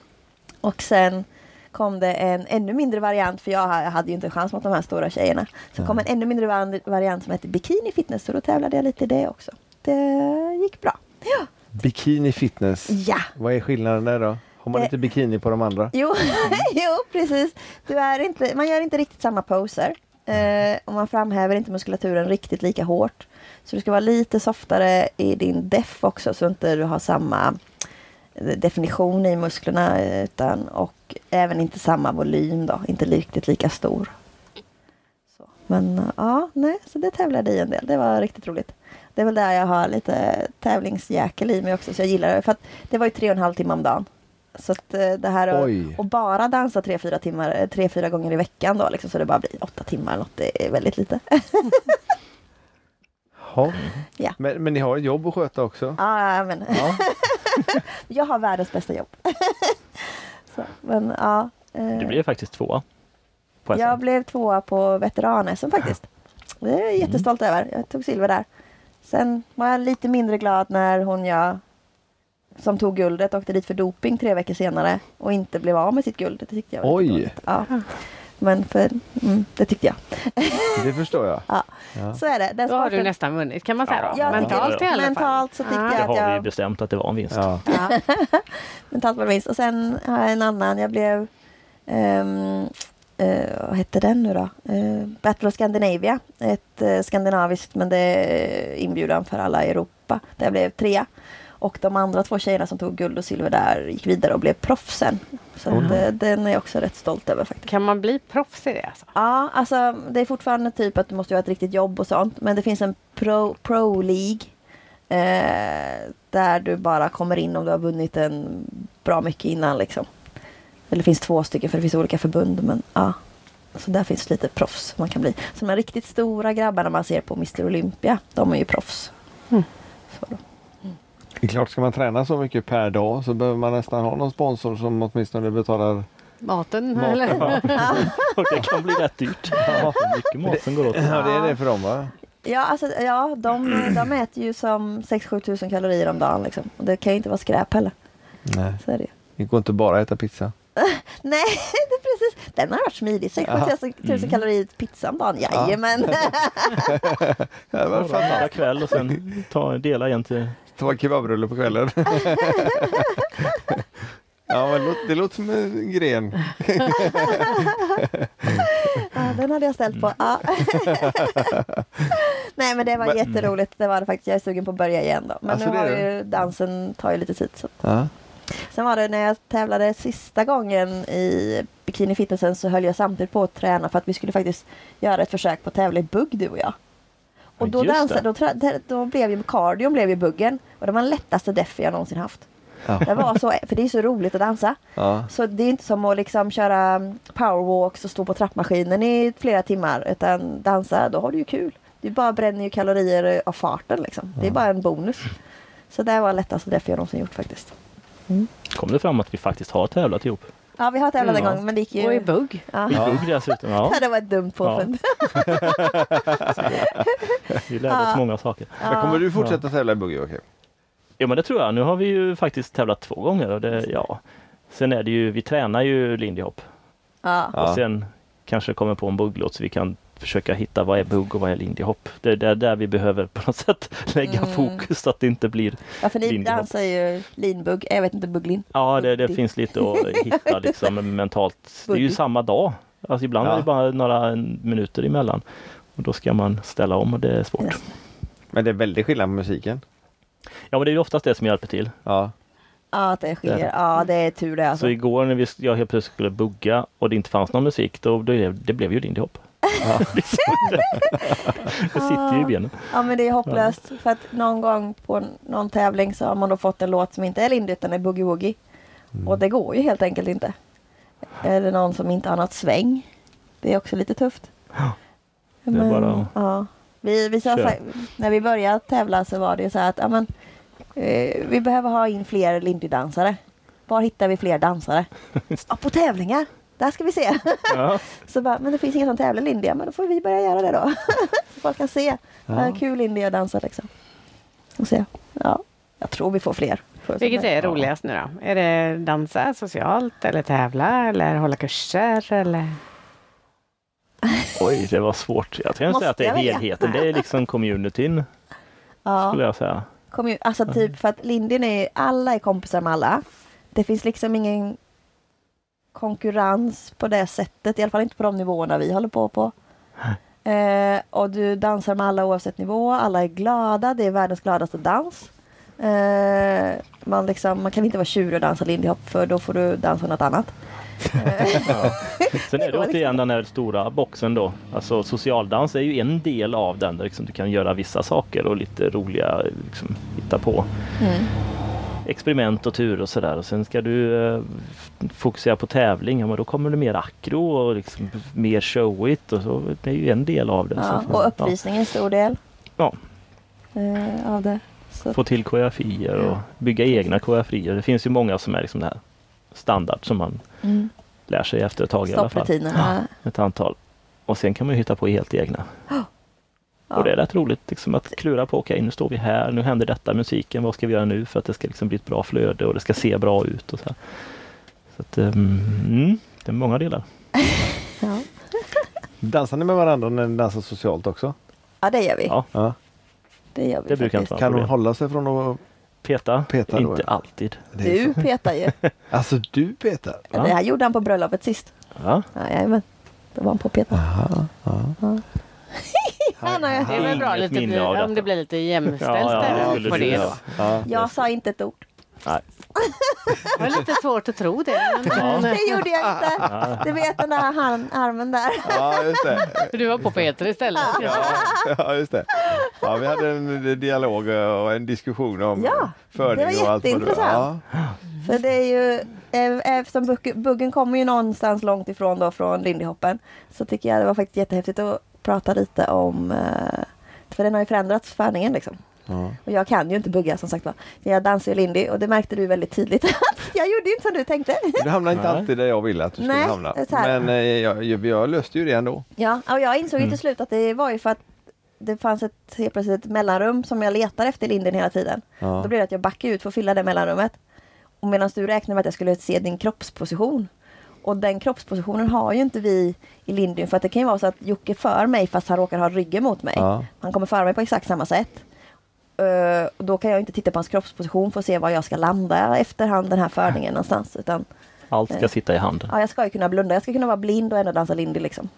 C: Och sen kom det en ännu mindre variant för jag ha- jag hade ju inte en chans mot de här stora tjejerna. Så kom en ännu mindre van- variant som hette bikini fitness så då tävlade jag lite i det också. Det gick bra. Ja!
A: Bikini fitness.
C: ja.
A: Vad är skillnaden där då? Har man
C: Det-
A: lite bikini på de andra?
C: Jo, jo precis. Du är inte, man gör inte riktigt samma poser. Eh, och man framhäver inte muskulaturen riktigt lika hårt. Så du ska vara lite softare i din def också så inte du har samma eh, definition i musklerna eh, utan, och även inte samma volym då, inte riktigt lika stor. Så. Men eh, ja, nej, så det tävlade jag i en del. Det var riktigt roligt. Det är väl där jag har lite tävlingsjäkel i mig också så jag gillar det. För att det var ju tre och en halv timme om dagen. Så att eh, det här att-
A: Oj.
C: och bara dansa tre, fyra timmar, eh, tre, fyra gånger i veckan då liksom, så det bara blir åtta timmar eller något, det är väldigt lite.
A: Ja.
C: Ja.
A: Men, men ni har ett jobb att sköta också?
C: Ja, men
A: Ja.
C: jag har världens bästa jobb. så, men ja. eh,
D: Du blev faktiskt tvåa. På SM. Mm.
C: Jag blev tvåa på veteran-SM faktiskt. Det är jag jättestolt över. Jag tog silver där. Sen var jag lite mindre glad när hon jag som tog guldet åkte dit för doping tre veckor senare och inte blev av med sitt guld. Det tyckte jag var lite
A: Oj.
C: dåligt. Ja. Men för, mm, det tyckte jag.
A: Det förstår jag.
C: Så är det. Den
B: Då har
C: sporten-
B: du nästan vunnit kan man säga då.
C: Ja,
B: mentalt i alla fall.
C: mentalt så tyckte
B: Ja.
C: jag
D: Det
C: att
D: har vi ju
C: jag
D: bestämt att det var en vinst.
A: Ja.
B: Ja.
C: mentalt var det minst. Och sen har jag en annan. Jag blev... ehm, eh, vad hette den nu då? Eh, Battle of Scandinavia. Ett eh, skandinaviskt, men det är inbjudan för alla i Europa. Där jag blev trea. Och de andra två tjejerna som tog guld och silver där gick vidare och blev proffsen. Så att, eh, den är jag också rätt stolt över faktiskt.
B: Kan man bli proffs i det alltså?
C: Ja, alltså det är fortfarande typ att du måste göra ett riktigt jobb och sånt. Men det finns en pro, pro League. Eh, där du bara kommer in om du har vunnit en bra mycket innan liksom. Eller det finns två stycken för det finns olika förbund. Men ja. Så där finns lite proffs man kan bli. Så de här riktigt stora grabbarna man ser på Mr Olympia. De är ju proffs. Så då.
A: Det är klart, ska man träna så mycket per dag så behöver man nästan ha någon sponsor som åtminstone betalar.
B: Maten?
A: Maten,
B: eller?
D: Och det kan bli rätt dyrt. Det är mycket mat som går åt.
A: Ja, det är det för dem va?
C: Ja, alltså, ja de, de äter ju som 6-7 tusen kalorier om dagen. Liksom. Och det kan ju inte vara skräp heller.
A: Nej.
C: Så är det ju.
A: Det går inte bara att äta pizza.
C: Nej, det är precis. Den har varit smidig. 6000
A: Mm.
C: tusen kalorier pizza om dagen. Jajamän.
A: Ja, vad fan,
D: Några kväll och sen ta, dela en till...
A: ta en kebabrulle på kvällen. ja, men lå- det låter som en gren.
C: Ja, den hade jag ställt på. Ja. Nej, men det var
A: Men-
C: jätteroligt. Det var det faktiskt. Jag är sugen på att börja igen då. Men
A: Alltså,
C: nu
A: det är
C: har
A: det.
C: ju dansen tar ju lite tid. Så.
A: Ja.
C: Sen var det när jag tävlade sista gången i bikini fitnessen så höll jag samtidigt på att träna för att vi skulle faktiskt göra ett försök på att tävla i bugg du och jag. Och
D: Ja,
C: då,
D: just
C: dansade, då, tra- då blev ju cardion blev ju buggen och det var den lättaste defi jag någonsin haft.
A: Ja.
C: Det var så, för det är så roligt att dansa.
A: Ja.
C: Så det är inte som att liksom köra mm, powerwalks och stå på trappmaskinen i flera timmar. Utan dansa, då har du ju kul. Du bara bränner ju kalorier av farten liksom. Det är bara en bonus. Så det var lättaste därför jag någonsin gjort faktiskt.
D: Kom det fram att vi faktiskt har tävlat ihop?
C: Ja, vi har tävlat en
D: Mm.
C: gång men det gick
B: Och i
C: ju...
B: bugg?
C: Ja.
D: I bugg dessutom. Ja,
C: Ja, det var ett dumt påfund.
D: vi lärde oss
C: Ja.
D: många saker.
A: Men kommer du fortsätta tävla i buggy? Okej.
D: Ja men det tror jag. Nu har vi ju faktiskt tävlat två gånger. Och det, ja. Sen är det ju, vi tränar ju lindy hop.
C: Ja.
A: Ja.
D: Och sen kanske kommer på en bugglåt så vi kan försöka hitta vad är bugg och vad är lindy hop. Det är där, där vi behöver på något sätt lägga
C: Mm.
D: fokus så att det inte blir...
C: ja, för ni
D: Lindy hop.
C: dansar ju linbugg. Jag vet inte, bugglin.
D: Ja det, det
C: Det-
D: finns lite att hitta liksom mentalt. Det är ju
C: Buggy.
D: samma dag. Alltså ibland
A: Ja.
D: är det bara några minuter emellan. Och då ska man ställa om och det är svårt.
C: Yes.
A: Men det är väldigt skillnad med musiken.
D: Ja men det är ju oftast det som hjälper till.
A: Ja.
C: Ja, att det
D: Det är
C: skiljer.
D: det.
C: Ja, det är tur det alltså.
D: Så igår när vi, jag helt plötsligt skulle bugga och det inte fanns någon musik, då, då det, det blev ju lindy hop. det sitter ju i benen.
C: Ja men det är hopplöst. För att någon gång på n- någon tävling så har man då fått en låt som inte är lindy utan är boogie woogie.
D: Mm.
C: Och det går ju helt enkelt inte. Eller någon som inte har något sväng. Det är också lite tufft.
D: Ja. är bara att
C: ja. Vi, vi sa så
D: köra.
C: här, när vi började tävla så var det ju så här att ja, men, eh, vi behöver ha in fler lindydansare. Var hittar vi fler dansare? ja, på tävlingar! Där ska vi se!
D: Ja.
C: Så bara, men det finns ingen som tävlar lindy. Ja, men då får vi börja göra det då. så folk kan se vad kul lindy jag dansar liksom. Och se. Ja, jag tror vi får fler. Får vi se.
B: Vilket är roligast nu då? Är det dansa socialt eller tävla eller hålla kurser eller?
D: Oj, det var svårt. Jag kan
C: Måste
D: säga att det är
C: jag välja?
D: helheten. Det är liksom communityn,
C: Ja,
D: skulle jag säga.
C: kom ju, alltså typ för att lindyn är alla är kompisar med alla. Det finns liksom ingen konkurrens på det sättet. I alla fall inte på de nivåerna vi håller på på. Eh, och du dansar med alla oavsett nivå. Alla är glada. Det är världens gladaste dans. Eh, man, liksom, man kan inte vara tjurig och dansa lindy hop för då får du dansa något annat.
D: Sen
C: Det
D: är det
C: går
D: återigen den här stora boxen då. Alltså socialdans är ju en del av den där liksom du kan göra vissa saker och lite roliga, liksom, hitta på
C: Mm.
D: experiment och tur och sådär. Och sen ska du eh, f- fokusera på tävling, ja, men då kommer det mer akro och liksom mer showigt. Och så. Det är ju en del av det.
C: Ja,
D: Typ, Så-
C: och uppvisning är en stor del
D: Ja,
C: eh, av det. Så,
D: få till koreografier och bygga egna koreografier. Det finns ju många som är liksom det här standard som man
C: mm,
D: lär sig efter ett tag i alla fall.
C: stopprutinerna.
D: Ett antal. Och sen kan man ju hitta på helt egna. Och det är rätt roligt liksom, att klura på, okej nu står vi här, nu händer detta, musiken, vad ska vi göra nu för att det ska liksom bli ett bra flöde och det ska se bra ut. Och så här. så att, ehm, mm, det är många delar.
C: Ja.
E: Dansar ni med varandra när ni dansar socialt också?
C: ja, det gör vi.
D: Ja,
E: Ja.
C: Det gör vi
D: det brukar inte
C: faktiskt.
D: vara
E: Kan hon
D: något problem.
E: hålla sig från att...
D: Peta?
E: Peta då,
D: inte
E: ja.
D: alltid.
E: Det är
C: Du
E: så.
C: petar ju.
E: Alltså du Peter?
C: Det här gjorde han på bröllopet sist.
D: Ja.
C: Ja, Jajamän. Då var han på Peter.
E: Aha, ja.
C: Han har-
B: Det är väl bra
D: Inget
B: lite,
D: minne av
B: bli- om
D: detta.
B: det blir lite
D: Ja,
B: jämställt
D: ja, det
B: där
D: skulle
B: på
D: du
B: det
D: göra.
B: då.
E: Ja.
C: Jag sa inte ett ord.
D: Nej.
B: Det var lite svårt att tro det. Men,
C: Det gjorde jag inte.
D: Ja.
C: Du vet den där han, armen där.
A: Ja, just det.
B: du var på Peter istället.
A: Ja, just det. Ja, vi hade en eh, dialog och en diskussion om
C: Ja,
A: fördel
C: det var
A: och allt vad
C: jätteintressant.
A: Ja.
C: För det är ju, eh, eftersom bugg- buggen kommer ju någonstans långt ifrån då från lindyhoppen. Så tycker jag det var faktiskt jättehäftigt att prata lite om, eh, för den har ju förändrats färgningen liksom.
A: Ja.
C: Och jag kan ju inte bugga som sagt var. Jag dansar ju lindy och det märkte du väldigt tydligt. jag gjorde ju inte som du tänkte.
A: Men Du hamnade inte
D: Nej.
A: alltid där jag ville att du skulle
C: Nej,
A: hamna.
C: det är så här.
A: Men eh, jag, jag, jag löste ju det ändå.
C: Ja, och jag insåg ju
A: Mm.
C: till slut att det var ju för att det fanns ett helt plötsligt ett mellanrum som jag letar efter i linden hela tiden.
A: Ja.
C: Då blev det att jag backade ut för att fylla det mellanrummet. Och medan du räknade med att jag skulle se din kroppsposition. Och den kroppspositionen har ju inte vi i lindyn för att det kan ju vara så att Jocke för mig fast han råkar ha ryggen mot mig.
A: Ja.
C: Han kommer föra mig på exakt samma sätt. Eh, och då kan jag ju inte titta på hans kroppsposition för att se var jag ska landa efter han den här förningen någonstans. Utan
D: Allt
C: Eh.
D: ska sitta i handen.
C: ja, jag ska ju kunna blunda. Jag ska kunna vara blind och ändå dansa lindy liksom.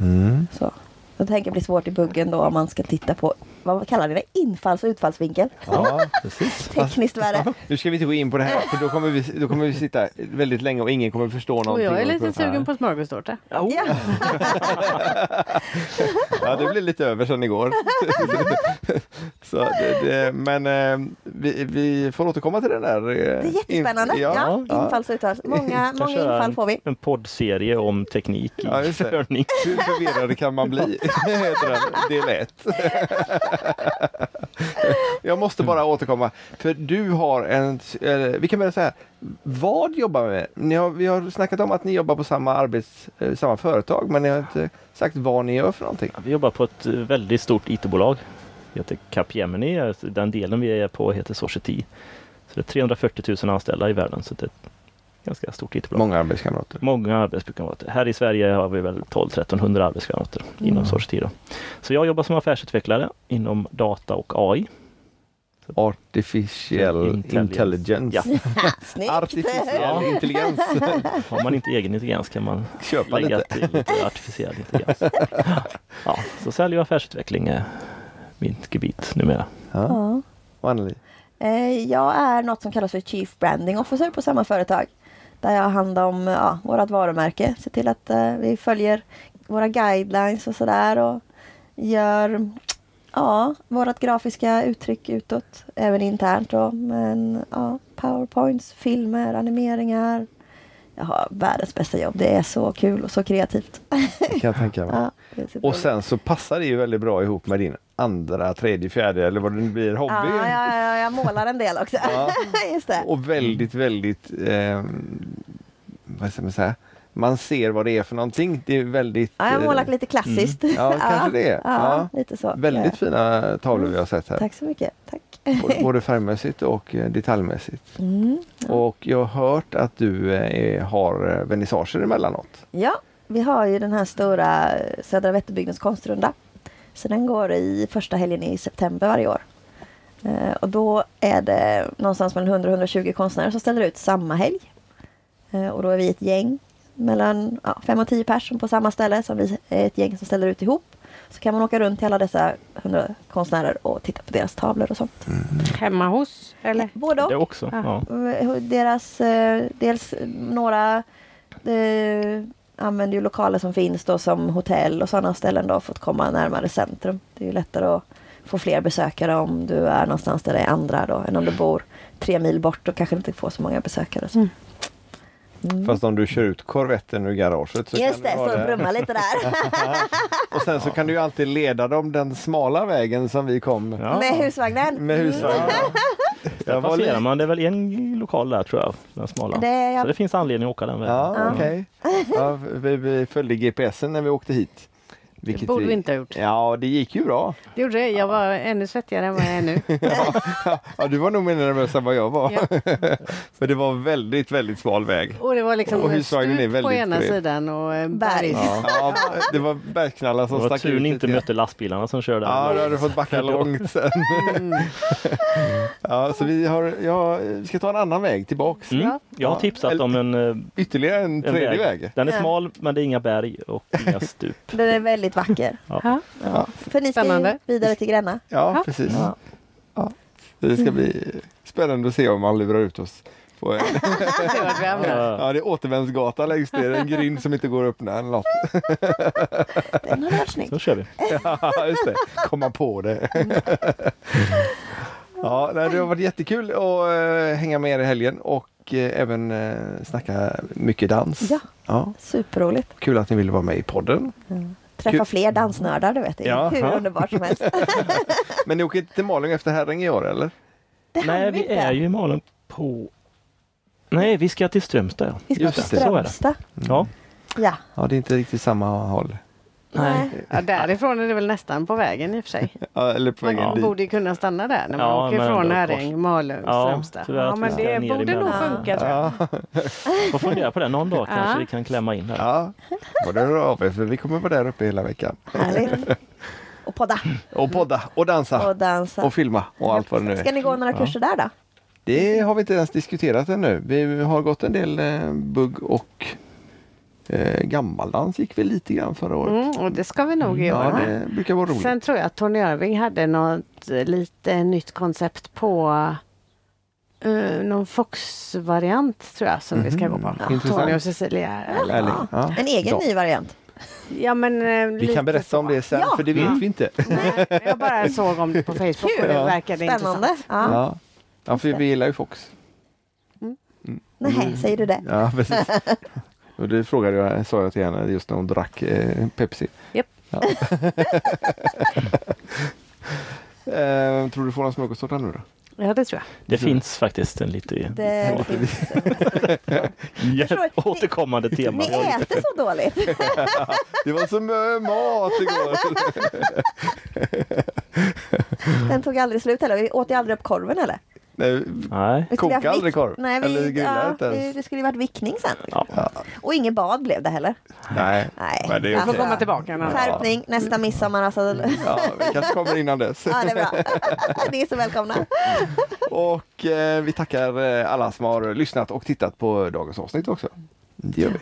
A: Mm.
C: Så. Då tänker jag bli svårt i buggen då om man ska titta på, vad kallar ni det, infalls och utfallsvinkel?
A: Ja.
D: Precis.
C: Tekniskt värre.
A: Nu ska vi inte gå in på det här för då kommer vi, då kommer vi sitta väldigt länge och ingen kommer förstå
B: Och
A: någonting.
B: jag är lite
A: Nej.
B: sugen på smörgåstårta.
C: Ja. oh.
A: Ja, det blev lite över sen igår. Så det, det, men eh, vi, vi får återkomma till den där. eh,
C: Det är jättespännande. Ja, infalls och utfalls. Många,
D: Kan
C: många
D: köra
C: infall får vi.
D: En poddserie om teknik i
A: Ja, just det.
D: körning.
A: Hur förvirrad kan man bli? Heter den. Del 1. Jag måste bara återkomma. För du har en... eh, Vi kan börja så här. Vad jobbar vi med? Ni har, vi har snackat om att ni jobbar på samma, arbets, eh, samma företag men ni har inte sagt vad ni gör för någonting.
D: Vi jobbar på ett eh, väldigt stort IT-bolag. Det heter Capgemini. Alltså, Den delen vi är på heter Society. Så det är 340 000 anställda i världen. Så det är ett ganska stort IT-bolag.
A: Många arbetskamrater.
D: Många arbetskamrater. Här i Sverige har vi väl 12-1300 arbetskamrater inom
A: Mm.
D: Society. Då. Så jag jobbar som affärsutvecklare inom data och AI.
A: Artificial
D: Intelligence.
A: intelligence.
D: Ja.
C: Snyggt!
A: Artificiell
D: Ja.
A: intelligens.
D: Har man inte egen intelligens kan man
A: Köpa
D: lägga
A: lite.
D: till lite artificiell intelligens. Ja, så sälj och affärsutveckling är mitt gebit numera.
A: Ja.
C: Ja.
A: Och Anneli.
C: Eh, Jag är något som kallas för Chief Branding Officer på samma företag. Där jag har hand om eh, ja, vårt varumärke. Se till att eh, vi följer våra guidelines och sådär. Och gör ja, vårt grafiska uttryck utåt. Även internt då. Men ja, powerpoints, filmer, animeringar. Jag har världens bästa jobb. Det är så kul och så kreativt.
A: Kan jag tänka mig.
C: Ja, det är superroligt.
A: Och sen så passar det ju väldigt bra ihop med din andra, tredje, fjärde eller vad det nu blir, hobby.
C: ja, ja, ja, jag målar en del också.
A: Ja.
C: Just det.
A: Och väldigt, väldigt... ehm, vad ska man säga? Man ser vad det är för någonting. Det är väldigt...
C: Ja, jag har
A: eh,
C: målat lite klassiskt.
A: Ja, kanske det.
C: Ja,
A: Ja.
C: lite så.
A: Väldigt
C: Ja.
A: fina tavlor vi har sett här.
C: Tack så mycket. Mm, Tack.
A: Både- Både färgmässigt och eh, detaljmässigt.
C: Mm.
A: Och jag har hört att du eh, har eh, vernissager emellanåt.
C: Ja, vi har ju den här stora eh, Södra Vätterbygdens konstrunda. Så den går i första helgen i september varje år. Eh, Och då är det någonstans mellan 100-120 konstnärer som ställer ut samma helg. Eh, Och då är vi ett gäng mellan ja, 5 och 10 personer på samma ställe som vi är ett gäng som ställer ut ihop. Så kan man åka runt till alla dessa 100 konstnärer och titta på deras tavlor och sånt.
B: Hemma hos, eller?
C: Både och.
D: Det också. Ja.
C: Eh, deras, eh, dels några eh, använder ju lokaler som finns då som hotell och sådana ställen då för att komma närmare centrum. Det är ju lättare att få fler besökare om du är någonstans där det är andra då än om du bor tre mil bort och kanske inte får så många besökare. Så. Mm.
A: Fast om du kör ut korvetten ur garaget så
C: Just
A: kan du
C: det,
A: ha
C: så brumma lite där.
A: Och sen så kan du ju alltid leda dem den smala vägen som vi kom
D: Ja.
C: Med husvagnen.
A: med husvagn.
D: Där
A: Jag var
D: passerar
A: li-
D: man. Det är väl en lokal där tror jag. Den smala.
C: Det är
D: Så det
C: jag,
D: finns anledning att åka den vägen.
A: Ja, okej. Ja, vi, vi följde GPSen när vi åkte hit. Vilket
B: borde
A: vi-
B: vi inte ha gjort.
A: Ja, det gick ju bra.
B: Det gjorde det. Jag var ännu svettigare än vad jag är nu.
A: Ja, du var nog mer nervös än vad jag var.
B: Ja.
A: För det var väldigt, väldigt smal väg.
B: Och det var liksom
A: Och
B: och
A: husvagnen är
B: stup på
A: väldigt
B: ena
A: bred.
B: sidan och eh,
C: Berg.
B: berg.
A: Ja. det var bergknallar som
D: Det var
A: stack
D: tur
A: ut
D: ni
A: lite
D: inte
A: grann.
D: mötte lastbilarna som körde.
A: Ja, då hade du fått backa långt sen.
B: Mm.
A: Ja, så vi har, ja, vi ska ta en annan väg tillbaks.
D: Mm. Jag har
A: Ja.
D: tipsat om en, eh, en
A: Ytterligare en tredje väg.
D: Den är
C: Ja.
D: smal men det är inga berg och inga stup.
C: Den är väldigt vacker.
B: Ja.
C: Ja. För ni ska ju
B: Spännande.
C: vidare till Gränna.
A: Ja,
B: Ja.
A: precis.
C: Ja.
A: Ja. Det ska bli spännande att se om han lurar ut oss. På en,
B: Se vart vi hamnar.
D: Ja.
A: ja, det är återvändsgata längst ner, en grind som inte går att öppna eller något.
C: Den har varit snygg.
D: Då kör vi.
A: Ja, just det. Komma på det. Ja, nej, det har varit jättekul att eh, hänga med er i helgen och eh, även eh, snacka mycket dans.
C: Ja,
A: Ja,
C: superroligt.
A: kul att ni ville vara med i podden.
C: Träffa
A: Kul.
C: fler dansnördar, du vet. Det är
A: Ja.
C: hur
A: Ja.
C: underbart som helst.
A: Men ni åker inte till Malung efter Herräng i år eller?
C: Det hann
D: Nej, vi
C: inte.
D: är ju i Malung på... Nej, vi ska till Strömstad. ja.
C: Vi ska
A: Just
C: till
A: det,
D: så är det.
C: Strömstad.
A: Mm.
D: Ja.
C: Ja.
A: Ja, det är inte riktigt samma håll.
D: Nej.
B: Ja, därifrån är det väl nästan på vägen i och för sig.
A: Ja, eller på vägen
B: Man
A: dit.
B: borde ju kunna stanna där när man
D: Ja,
B: åker
D: men
B: från
D: ändå
B: Herräng, Malung,
D: Ja,
B: Strömstad.
D: tyvärr
B: Ja,
D: att vi
B: men
D: ska
B: det
D: ner
B: borde nog
D: emellan.
B: funka. tror jag.
A: Ja,
D: Får fundera på det någon dag kanske
B: Ja.
D: vi kan klämma in här.
A: ja. Och det hör av er för vi kommer vara där uppe hela veckan.
C: Härligt. Och podda
A: Och podda och dansa
C: och dansa.
A: Ah. och filma och allt vad det nu är.
C: Ska ni gå några kurser där då?
A: Det har vi inte ens diskuterat ännu. Vi har gått en del eh, bugg och eh, gammaldans gick vi lite grann förra året.
B: Mm, och det ska vi nog göra.
A: Ja, det brukar vara roligt.
B: Sen tror jag att Tony Irving hade något eh, lite nytt koncept på eh, någon Fox-variant tror jag som vi ska gå på.
A: Mm, Intressant.
B: Tony och Cecilia.
A: Ärligt. Ja.
C: En egen
A: Ja.
C: ny variant.
B: Ja, men, eh,
A: Vi
B: lite
A: kan berätta
B: så.
A: om det sen
C: Ja.
A: för det vet
B: Ja.
A: vi inte.
B: Nej, jag bara såg om det på Facebook och det
A: Ja.
B: verkade intressant.
C: Spännande. Ja.
A: Ja. ja, för vi gillar ju Fox. Mm.
C: Nej, säger du det?
A: Ja, precis. Och det frågade jag, sa jag till henne just när hon drack eh, Pepsi.
B: Japp.
A: Ja. eh, tror du får någon smörgåstårta nu då?
B: Ja, det tror jag.
D: Det finns faktiskt en lite...
C: Det finns.
D: Ja,
C: förstår-
D: återkommande tema.
C: Ni
D: Vi har lite-
C: äter så dåligt.
A: Det var så mycket mat igår!
C: Den tog aldrig slut heller. Vi åt ju aldrig upp korven heller.
A: Nej,
D: Nej.
C: Vi skulle
A: Koka
C: haft vick-
A: aldrig korv?
C: Nej, vi,
A: Eller
C: Eller
A: grilla
C: ja,
A: inte ens?
C: vi- Det skulle ju varit vickning sen.
D: Ja.
C: Och inget bad blev det heller.
A: Nej.
C: Nej. alltså.
A: Men det är
B: Jag får
A: okej. Mm.
B: komma tillbaka en annan gång.
C: Skärpning nästa midsommar. Alltså.
A: Ja, vi kanske kommer innan dess.
C: Ja, det är bra. Ni är så välkomna.
A: Och eh, vi tackar eh, alla som har lyssnat och tittat på dagens avsnitt också. Det gör vi.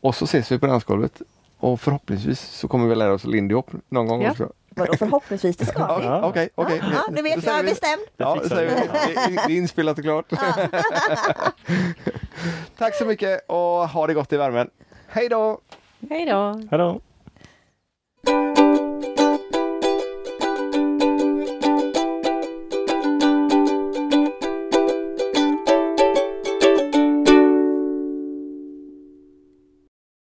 A: Och så ses vi på dansgolvet. Och förhoppningsvis så kommer vi lära oss lindy hop någon gång
B: Ja.
A: också.
C: Vadå förhoppningsvis, det ska vi.
A: Ja, Okej, okej.
C: Ja, nu vet jag, jag är bestämd.
A: Ja,
D: Det
A: det,
D: fixar
A: säger vi.
D: vi.
A: Det, är- det är inspelat och klart. Tack så mycket och ha det gott i värmen. Hej då!
B: Hej då!
D: Hallå.